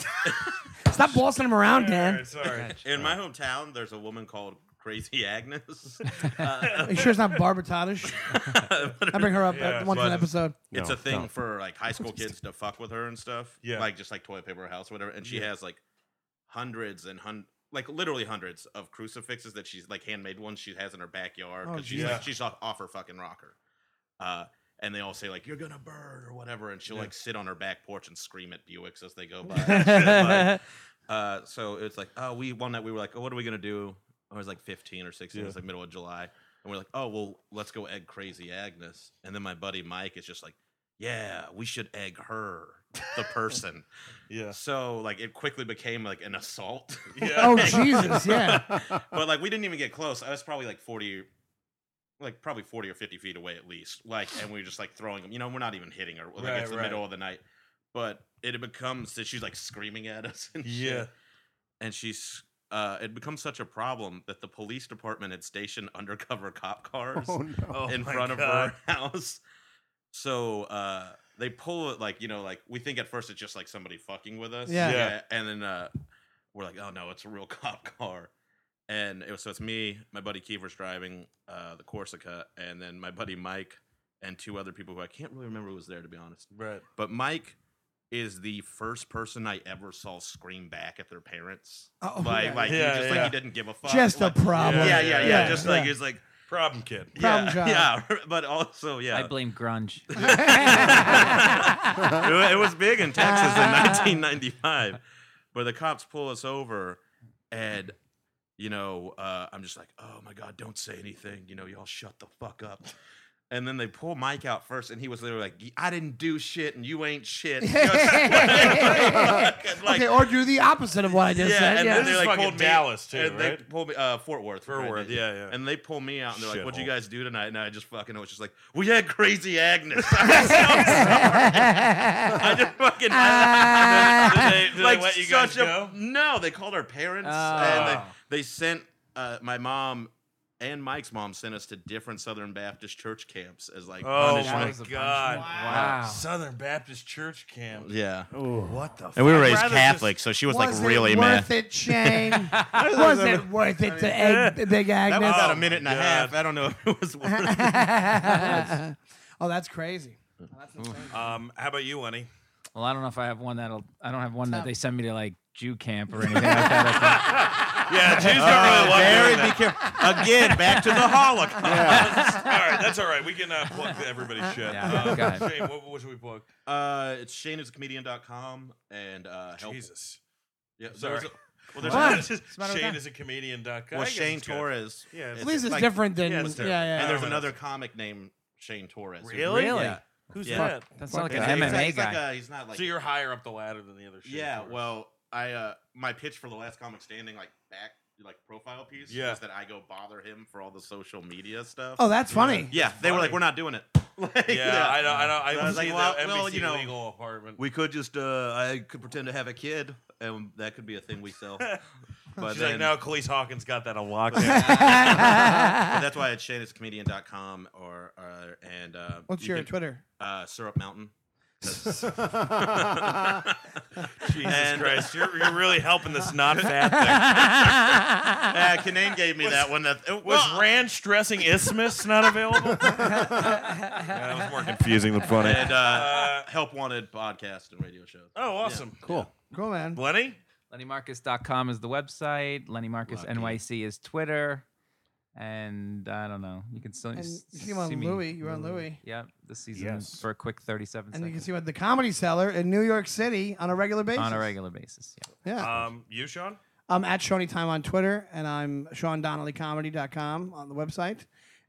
Speaker 2: Stop bossing him around,
Speaker 1: All
Speaker 2: Oh, Dan.
Speaker 1: right, sorry.
Speaker 6: in my
Speaker 5: Uh,
Speaker 6: hometown, there's a woman called Crazy Agnes. Uh,
Speaker 2: Are you sure it's not Barbara Tadish? I bring her up
Speaker 1: Yeah,
Speaker 2: at once an
Speaker 6: but-
Speaker 2: episode.
Speaker 6: it's
Speaker 5: No,
Speaker 6: a thing
Speaker 5: no.
Speaker 6: for like high school kids to fuck with her and stuff.
Speaker 1: Yeah.
Speaker 6: Like just like toilet paper or house, whatever. And she has like hundreds and hun like literally hundreds of crucifixes that she's like handmade ones she has in her backyard
Speaker 5: Oh,
Speaker 6: because she's
Speaker 1: geez.
Speaker 6: like she's off, off her fucking rocker. Uh and they all say like you're gonna burn or whatever, and she'll like sit on her back porch and scream at Buicks as they go by.
Speaker 2: Oh,
Speaker 6: Like, uh, so it's like, oh, we one night we were like, oh, what are we gonna do? I was like 15 or 16. It was like middle of July, and we're like, oh, well, let's go egg crazy Agnes. And then my buddy Mike is just like, yeah, we should egg her, the person.
Speaker 1: Yeah.
Speaker 6: so like it quickly became like an assault.
Speaker 1: Yeah.
Speaker 2: Oh, Jesus, yeah.
Speaker 5: Oh,
Speaker 6: but like we didn't even get close. I was probably like 40, like probably 40 or 50 feet away at least. Like, and we were just like throwing them. You know, we're not even hitting her. Like
Speaker 1: Right,
Speaker 6: it's the
Speaker 1: right.
Speaker 6: middle of the night. But it had become so she's like screaming at us and shit
Speaker 1: Yeah.
Speaker 6: and she's uh, it becomes such a problem that the police department had stationed undercover cop cars
Speaker 5: Oh, no.
Speaker 1: Oh,
Speaker 6: in
Speaker 1: my
Speaker 6: front of
Speaker 1: God.
Speaker 6: her house. So uh, they pull it like you know, like we think at first it's just like somebody fucking with us.
Speaker 2: Yeah.
Speaker 1: Yeah.
Speaker 6: And then uh, we're like, oh no, it's a real cop car. And it was so it's me, my buddy Kiefer's driving uh, the Corsica, and then my buddy Mike and two other people who I can't really remember who was there to be honest.
Speaker 1: Right.
Speaker 6: But Mike is the first person I ever saw scream back at their parents.
Speaker 2: Oh,
Speaker 6: like,
Speaker 2: yeah.
Speaker 6: like
Speaker 1: Yeah,
Speaker 6: he just
Speaker 1: yeah.
Speaker 6: like he didn't give a fuck.
Speaker 2: Just a
Speaker 6: Like,
Speaker 2: problem.
Speaker 6: Yeah, yeah, yeah.
Speaker 1: Yeah,
Speaker 6: Just
Speaker 2: yeah.
Speaker 6: like he's like,
Speaker 1: Problem kid.
Speaker 2: Problem
Speaker 6: yeah,
Speaker 2: child.
Speaker 6: yeah. But also, yeah,
Speaker 4: I blame grunge.
Speaker 6: it, wa- it was big in Texas in 1995. But the cops pull us over, and you know, uh, I'm just like, oh my god, don't say anything. You know, y'all shut the fuck up. And then they pull Mike out first, and he was literally like, "I didn't do shit, and you ain't shit." And, like,
Speaker 2: okay, or do the opposite of what I just
Speaker 6: yeah,
Speaker 2: said.
Speaker 6: and
Speaker 2: yeah.
Speaker 6: then
Speaker 1: This
Speaker 6: they
Speaker 1: is
Speaker 6: like
Speaker 1: fucking
Speaker 6: pulled me,
Speaker 1: Dallas, too,
Speaker 6: and They
Speaker 1: right?
Speaker 6: pulled me uh, Fort Worth,
Speaker 1: Fort
Speaker 6: right?
Speaker 1: Worth, yeah, yeah.
Speaker 6: And they pull me out, and they're like, "What'd you
Speaker 1: Shithole.
Speaker 6: guys do tonight?" And I just fucking I was just like, "We had crazy Agnes." I'm so sorry. I just fucking
Speaker 2: Ah.
Speaker 6: I,
Speaker 1: Did they, did
Speaker 6: like
Speaker 1: they let you guys
Speaker 6: such a
Speaker 1: go?
Speaker 6: no. They called our parents, and
Speaker 4: Oh.
Speaker 6: they, they sent uh, my mom. And Mike's mom sent us to different Southern Baptist church camps as like
Speaker 1: Oh my
Speaker 6: punishment.
Speaker 4: That was a punishment.
Speaker 1: God!
Speaker 4: Wow. Wow.
Speaker 1: Southern Baptist Church camp.
Speaker 6: Yeah,
Speaker 1: What the?
Speaker 6: and we were raised
Speaker 1: rather
Speaker 6: Catholic,
Speaker 1: just-
Speaker 6: so she was,
Speaker 2: Was
Speaker 6: like really
Speaker 2: it
Speaker 6: mad.
Speaker 2: worth it, Shane? was it worth it to egg Big
Speaker 6: That was
Speaker 2: Agnes?
Speaker 6: about a minute and a
Speaker 1: Oh God.
Speaker 6: half. I don't know if it was worth it.
Speaker 2: oh, that's crazy.
Speaker 1: Um, how about you, Lenny?
Speaker 4: Well, I don't know if I have one that'll. I don't have one that they send me to like Jew camp or anything like that. I think.
Speaker 1: Yeah, Jews don't really love
Speaker 6: Very
Speaker 1: doing that.
Speaker 6: be careful. Again, back to the Holocaust.
Speaker 1: all right, that's all right. We can uh, plug everybody's shit.
Speaker 4: Yeah,
Speaker 1: Um,
Speaker 4: go ahead.
Speaker 1: Shane, what, what should we plug?
Speaker 6: Uh, it's shaneisacomedian.com and uh, help
Speaker 1: Jesus.
Speaker 6: Yeah,
Speaker 1: Sorry.
Speaker 6: there's a- well, there's
Speaker 4: What?
Speaker 6: a-
Speaker 1: It's just
Speaker 4: the matter with
Speaker 1: Shane
Speaker 4: that?
Speaker 1: is a comedian. Dot com. I
Speaker 6: well,
Speaker 1: guess
Speaker 6: Shane
Speaker 1: it's good.
Speaker 6: Torres.
Speaker 1: Yeah, it's
Speaker 2: At least it's
Speaker 6: like-
Speaker 2: different than
Speaker 1: yeah,
Speaker 2: yeah,
Speaker 1: it's
Speaker 2: yeah,
Speaker 1: different.
Speaker 2: yeah.
Speaker 6: And there's
Speaker 1: Yeah.
Speaker 6: another comic named Shane Torres. who-
Speaker 1: Really?
Speaker 4: Really?
Speaker 1: Who's
Speaker 6: Yeah.
Speaker 1: that?
Speaker 4: That's not
Speaker 6: He's
Speaker 4: like an
Speaker 6: like- he's
Speaker 4: MMA
Speaker 6: like- he's like
Speaker 4: guy.
Speaker 6: a- He's not like
Speaker 1: So you're higher up the ladder than the other. Shane
Speaker 6: Yeah,
Speaker 1: Torres.
Speaker 6: well, I uh my pitch for the last comic standing like back like profile piece
Speaker 1: Yeah.
Speaker 6: was that I go bother him for all the social media stuff.
Speaker 2: Oh, that's funny.
Speaker 6: yeah, they were
Speaker 1: funny.
Speaker 6: like, we're not doing it. Like,
Speaker 1: yeah, I know, I know. I,
Speaker 6: So I was
Speaker 1: see
Speaker 6: like, well,
Speaker 1: the NBC
Speaker 6: well, you know,
Speaker 1: legal apartment.
Speaker 6: We could just uh I could pretend to have a kid, and that could be a thing we sell. But
Speaker 1: She's like,
Speaker 6: then,
Speaker 1: no, Khalees Hawkins got that on lockdown.
Speaker 6: but that's why it's shaneiscomedian.com or uh, and uh,
Speaker 2: What's
Speaker 6: you
Speaker 2: your
Speaker 6: can-
Speaker 2: Twitter?
Speaker 6: uh, syrup mountain.
Speaker 1: Jesus Christ, you're, you're really helping this not fat
Speaker 6: Uh, Kanane gave me that one. That it
Speaker 1: Was
Speaker 6: was
Speaker 1: ranch dressing isthmus not available? that was more confusing than funny.
Speaker 6: and uh,
Speaker 1: Uh,
Speaker 6: help wanted podcast and radio shows.
Speaker 1: oh, awesome.
Speaker 5: Cool.
Speaker 2: Cool, man.
Speaker 1: Lenny?
Speaker 4: LennyMarcus.com is the website. Lenny Marcus NYC is Twitter. And I don't know. You can still
Speaker 2: And
Speaker 4: s-
Speaker 2: you can see him on Louis. You were on Louis.
Speaker 4: Yeah, this season
Speaker 5: Yes.
Speaker 4: for a quick 37
Speaker 2: And you can
Speaker 4: seconds
Speaker 2: see what the comedy cellar in New York City on a regular basis.
Speaker 4: on a regular basis. Yeah.
Speaker 2: Yeah.
Speaker 1: Um, you, Sean?
Speaker 2: I'm at Shoney Time on Twitter, and I'm SeanDonnellyComedy.com on the website.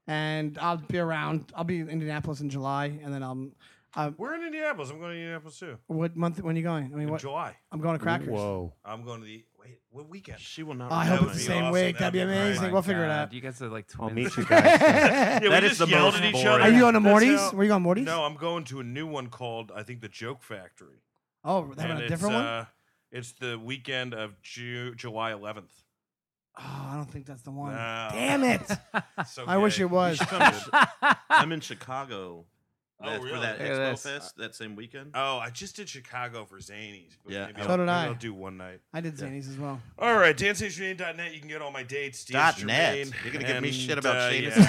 Speaker 2: And I'll be around. I'll be in Indianapolis in July, and then I'm. I,
Speaker 1: We're in Indianapolis. I'm going to Indianapolis too.
Speaker 2: what month? When are you going? I mean,
Speaker 1: In
Speaker 2: what?
Speaker 1: July.
Speaker 2: I'm going to Crackers.
Speaker 5: Whoa.
Speaker 1: I'm going to the. Wait, what weekend?
Speaker 6: She will not.
Speaker 2: Oh, I
Speaker 1: That
Speaker 2: hope
Speaker 1: would
Speaker 2: it's the
Speaker 1: be
Speaker 2: same
Speaker 1: awesome.
Speaker 2: week. That'd be Oh
Speaker 1: That'd be
Speaker 2: amazing.
Speaker 1: great.
Speaker 2: We'll figure it
Speaker 4: Oh God,
Speaker 2: out.
Speaker 4: You guys are like
Speaker 5: I'll meet
Speaker 4: twins.
Speaker 5: you guys.
Speaker 1: Yeah, we
Speaker 5: That is
Speaker 1: just
Speaker 5: the
Speaker 1: yelled
Speaker 5: most
Speaker 1: at each
Speaker 5: boring.
Speaker 1: other.
Speaker 2: Are you on a
Speaker 1: That's
Speaker 2: Morty's?
Speaker 1: how-
Speaker 2: Were you on Morty's?
Speaker 1: No, I'm going to a new one called, I think, The Joke Factory.
Speaker 2: Oh, they having
Speaker 1: And
Speaker 2: a
Speaker 1: it's,
Speaker 2: different one.
Speaker 1: Uh, it's the weekend of Ju- July 11th.
Speaker 2: Oh, I don't think that's the one.
Speaker 1: No.
Speaker 2: Damn it!
Speaker 1: So
Speaker 2: I wish
Speaker 1: gay.
Speaker 2: it was.
Speaker 6: I'm in Chicago.
Speaker 1: Oh,
Speaker 6: that-
Speaker 1: really?
Speaker 6: For that
Speaker 4: Look at
Speaker 6: Expo
Speaker 4: this.
Speaker 6: Fest that same weekend.
Speaker 1: Oh, I just did Chicago for Zanies. But
Speaker 6: Yeah.
Speaker 1: maybe
Speaker 6: So
Speaker 1: I'll,
Speaker 2: did
Speaker 1: maybe
Speaker 2: I.
Speaker 1: I'll do one night.
Speaker 2: I did Zanies as well.
Speaker 1: All right, dancejane.net. You can get all my dates.
Speaker 6: Dot net. You're gonna give me shit
Speaker 1: uh,
Speaker 6: about Shane as a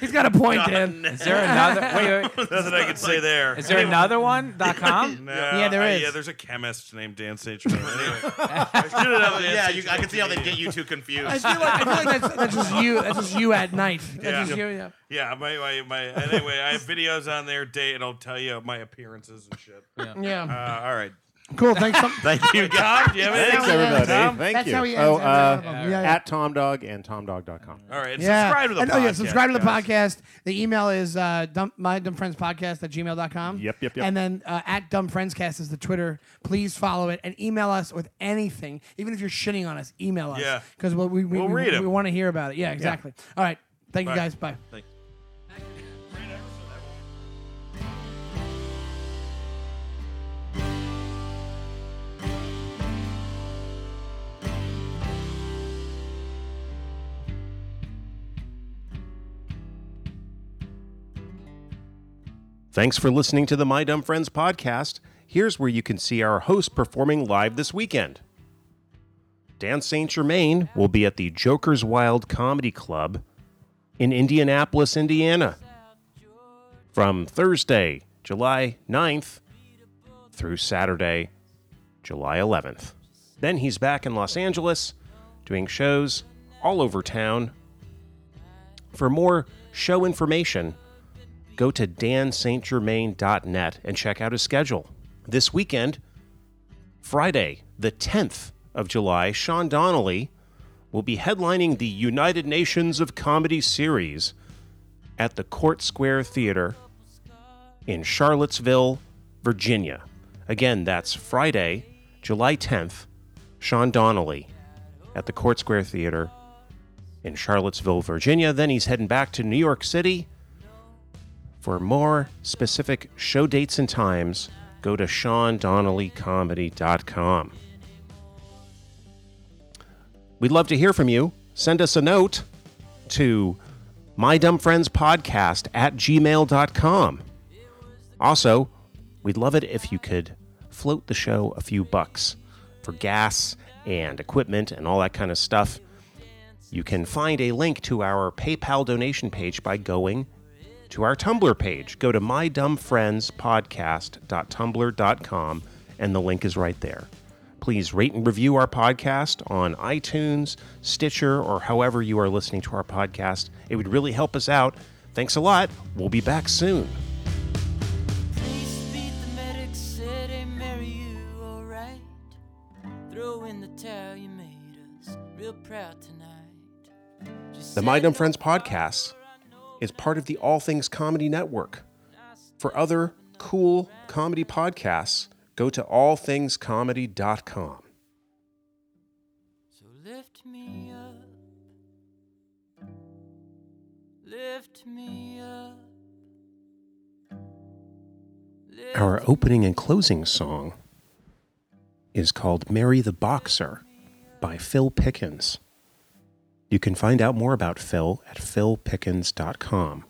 Speaker 2: He's got a point, Dan.
Speaker 4: Is there another? Wait, wait.
Speaker 1: Nothing I can say there.
Speaker 4: Is there another one? Dot com?
Speaker 1: Nah,
Speaker 2: Yeah, there
Speaker 1: I-
Speaker 2: is.
Speaker 1: yeah, there's a chemist named Dan Sage. anyway, I
Speaker 6: yeah, you, I can see how they get you two confused.
Speaker 2: I feel like, I feel like that's, that's just you. That's just you at night. That's
Speaker 1: Yeah.
Speaker 2: just you. Yeah.
Speaker 1: Yeah, my, my, my anyway, I have videos on there, date, and I'll tell you my appearances and shit.
Speaker 2: Yeah.
Speaker 1: Uh, all right.
Speaker 2: Cool. Thanks. so-
Speaker 5: Thank you.
Speaker 1: Tom, do you have anything?
Speaker 5: Thanks, everybody.
Speaker 1: Tom?
Speaker 5: Thank
Speaker 2: That's
Speaker 5: you.
Speaker 2: how he ends
Speaker 5: oh,
Speaker 2: every
Speaker 5: uh,
Speaker 2: one of them. Yeah, yeah.
Speaker 5: at TomDog and TomDog.com.
Speaker 1: All right. and
Speaker 2: Yeah.
Speaker 1: Subscribe to the
Speaker 2: and,
Speaker 1: podcast.
Speaker 2: Oh, yeah, subscribe to the
Speaker 1: guys.
Speaker 2: podcast. The email is uh, dumb, my dumb friends podcast at gmail.com.
Speaker 5: Yep, yep, yep.
Speaker 2: And then uh, at dumb friends cast is the Twitter. Please follow it and email us with anything. Even if you're shitting on us, email us.
Speaker 1: Yeah.
Speaker 2: Because we, we, we,
Speaker 1: We'll
Speaker 2: we,
Speaker 1: read 'em.
Speaker 2: we want to hear about it. Yeah, exactly. All right. Thank
Speaker 1: Bye.
Speaker 2: you guys. Bye.
Speaker 5: Thanks for listening to the My Dumb Friends podcast. Here's where you can see our host performing live this weekend. Dan St. Germain will be at the Joker's Wild Comedy Club in Indianapolis, Indiana from Thursday, July 9th through Saturday, July 11th. Then he's back in Los Angeles doing shows all over town. For more show information, go to danstgermain.net and check out his schedule. This weekend, Friday, the 10th of July, Sean Donnelly will be headlining the United Nations of Comedy series at the Court Square Theater in Charlottesville, Virginia. Again, that's Friday, July 10th, Sean Donnelly at the Court Square Theater in Charlottesville, Virginia. Then he's heading back to New York City. For more specific show dates and times, go to SeanDonnellyComedy.com. We'd love to hear from you. Send us a note to mydumbfriendspodcast at gmail.com. Also, we'd love it if you could float the show a few bucks for gas and equipment and all that kind of stuff. You can find a link to our PayPal donation page by going to our Tumblr page. Go to mydumbfriendspodcast.tumblr.com and the link is right there. Please rate and review our podcast on iTunes, Stitcher, or however you are listening to our podcast. It would really help us out. Thanks a lot. We'll be back soon.
Speaker 8: Police beat the medic, said, Hey, Mary, you alright? Throw in the towel, you made us real proud tonight.
Speaker 5: The My Dumb Friends podcast is part of the All Things Comedy Network. For other cool comedy podcasts, go to allthingscomedy.com.
Speaker 8: So lift me up. Lift me up. Lift
Speaker 5: Our opening and closing song is called Mary the Boxer by Phil Pickens. You can find out more about Phil at philpickens.com.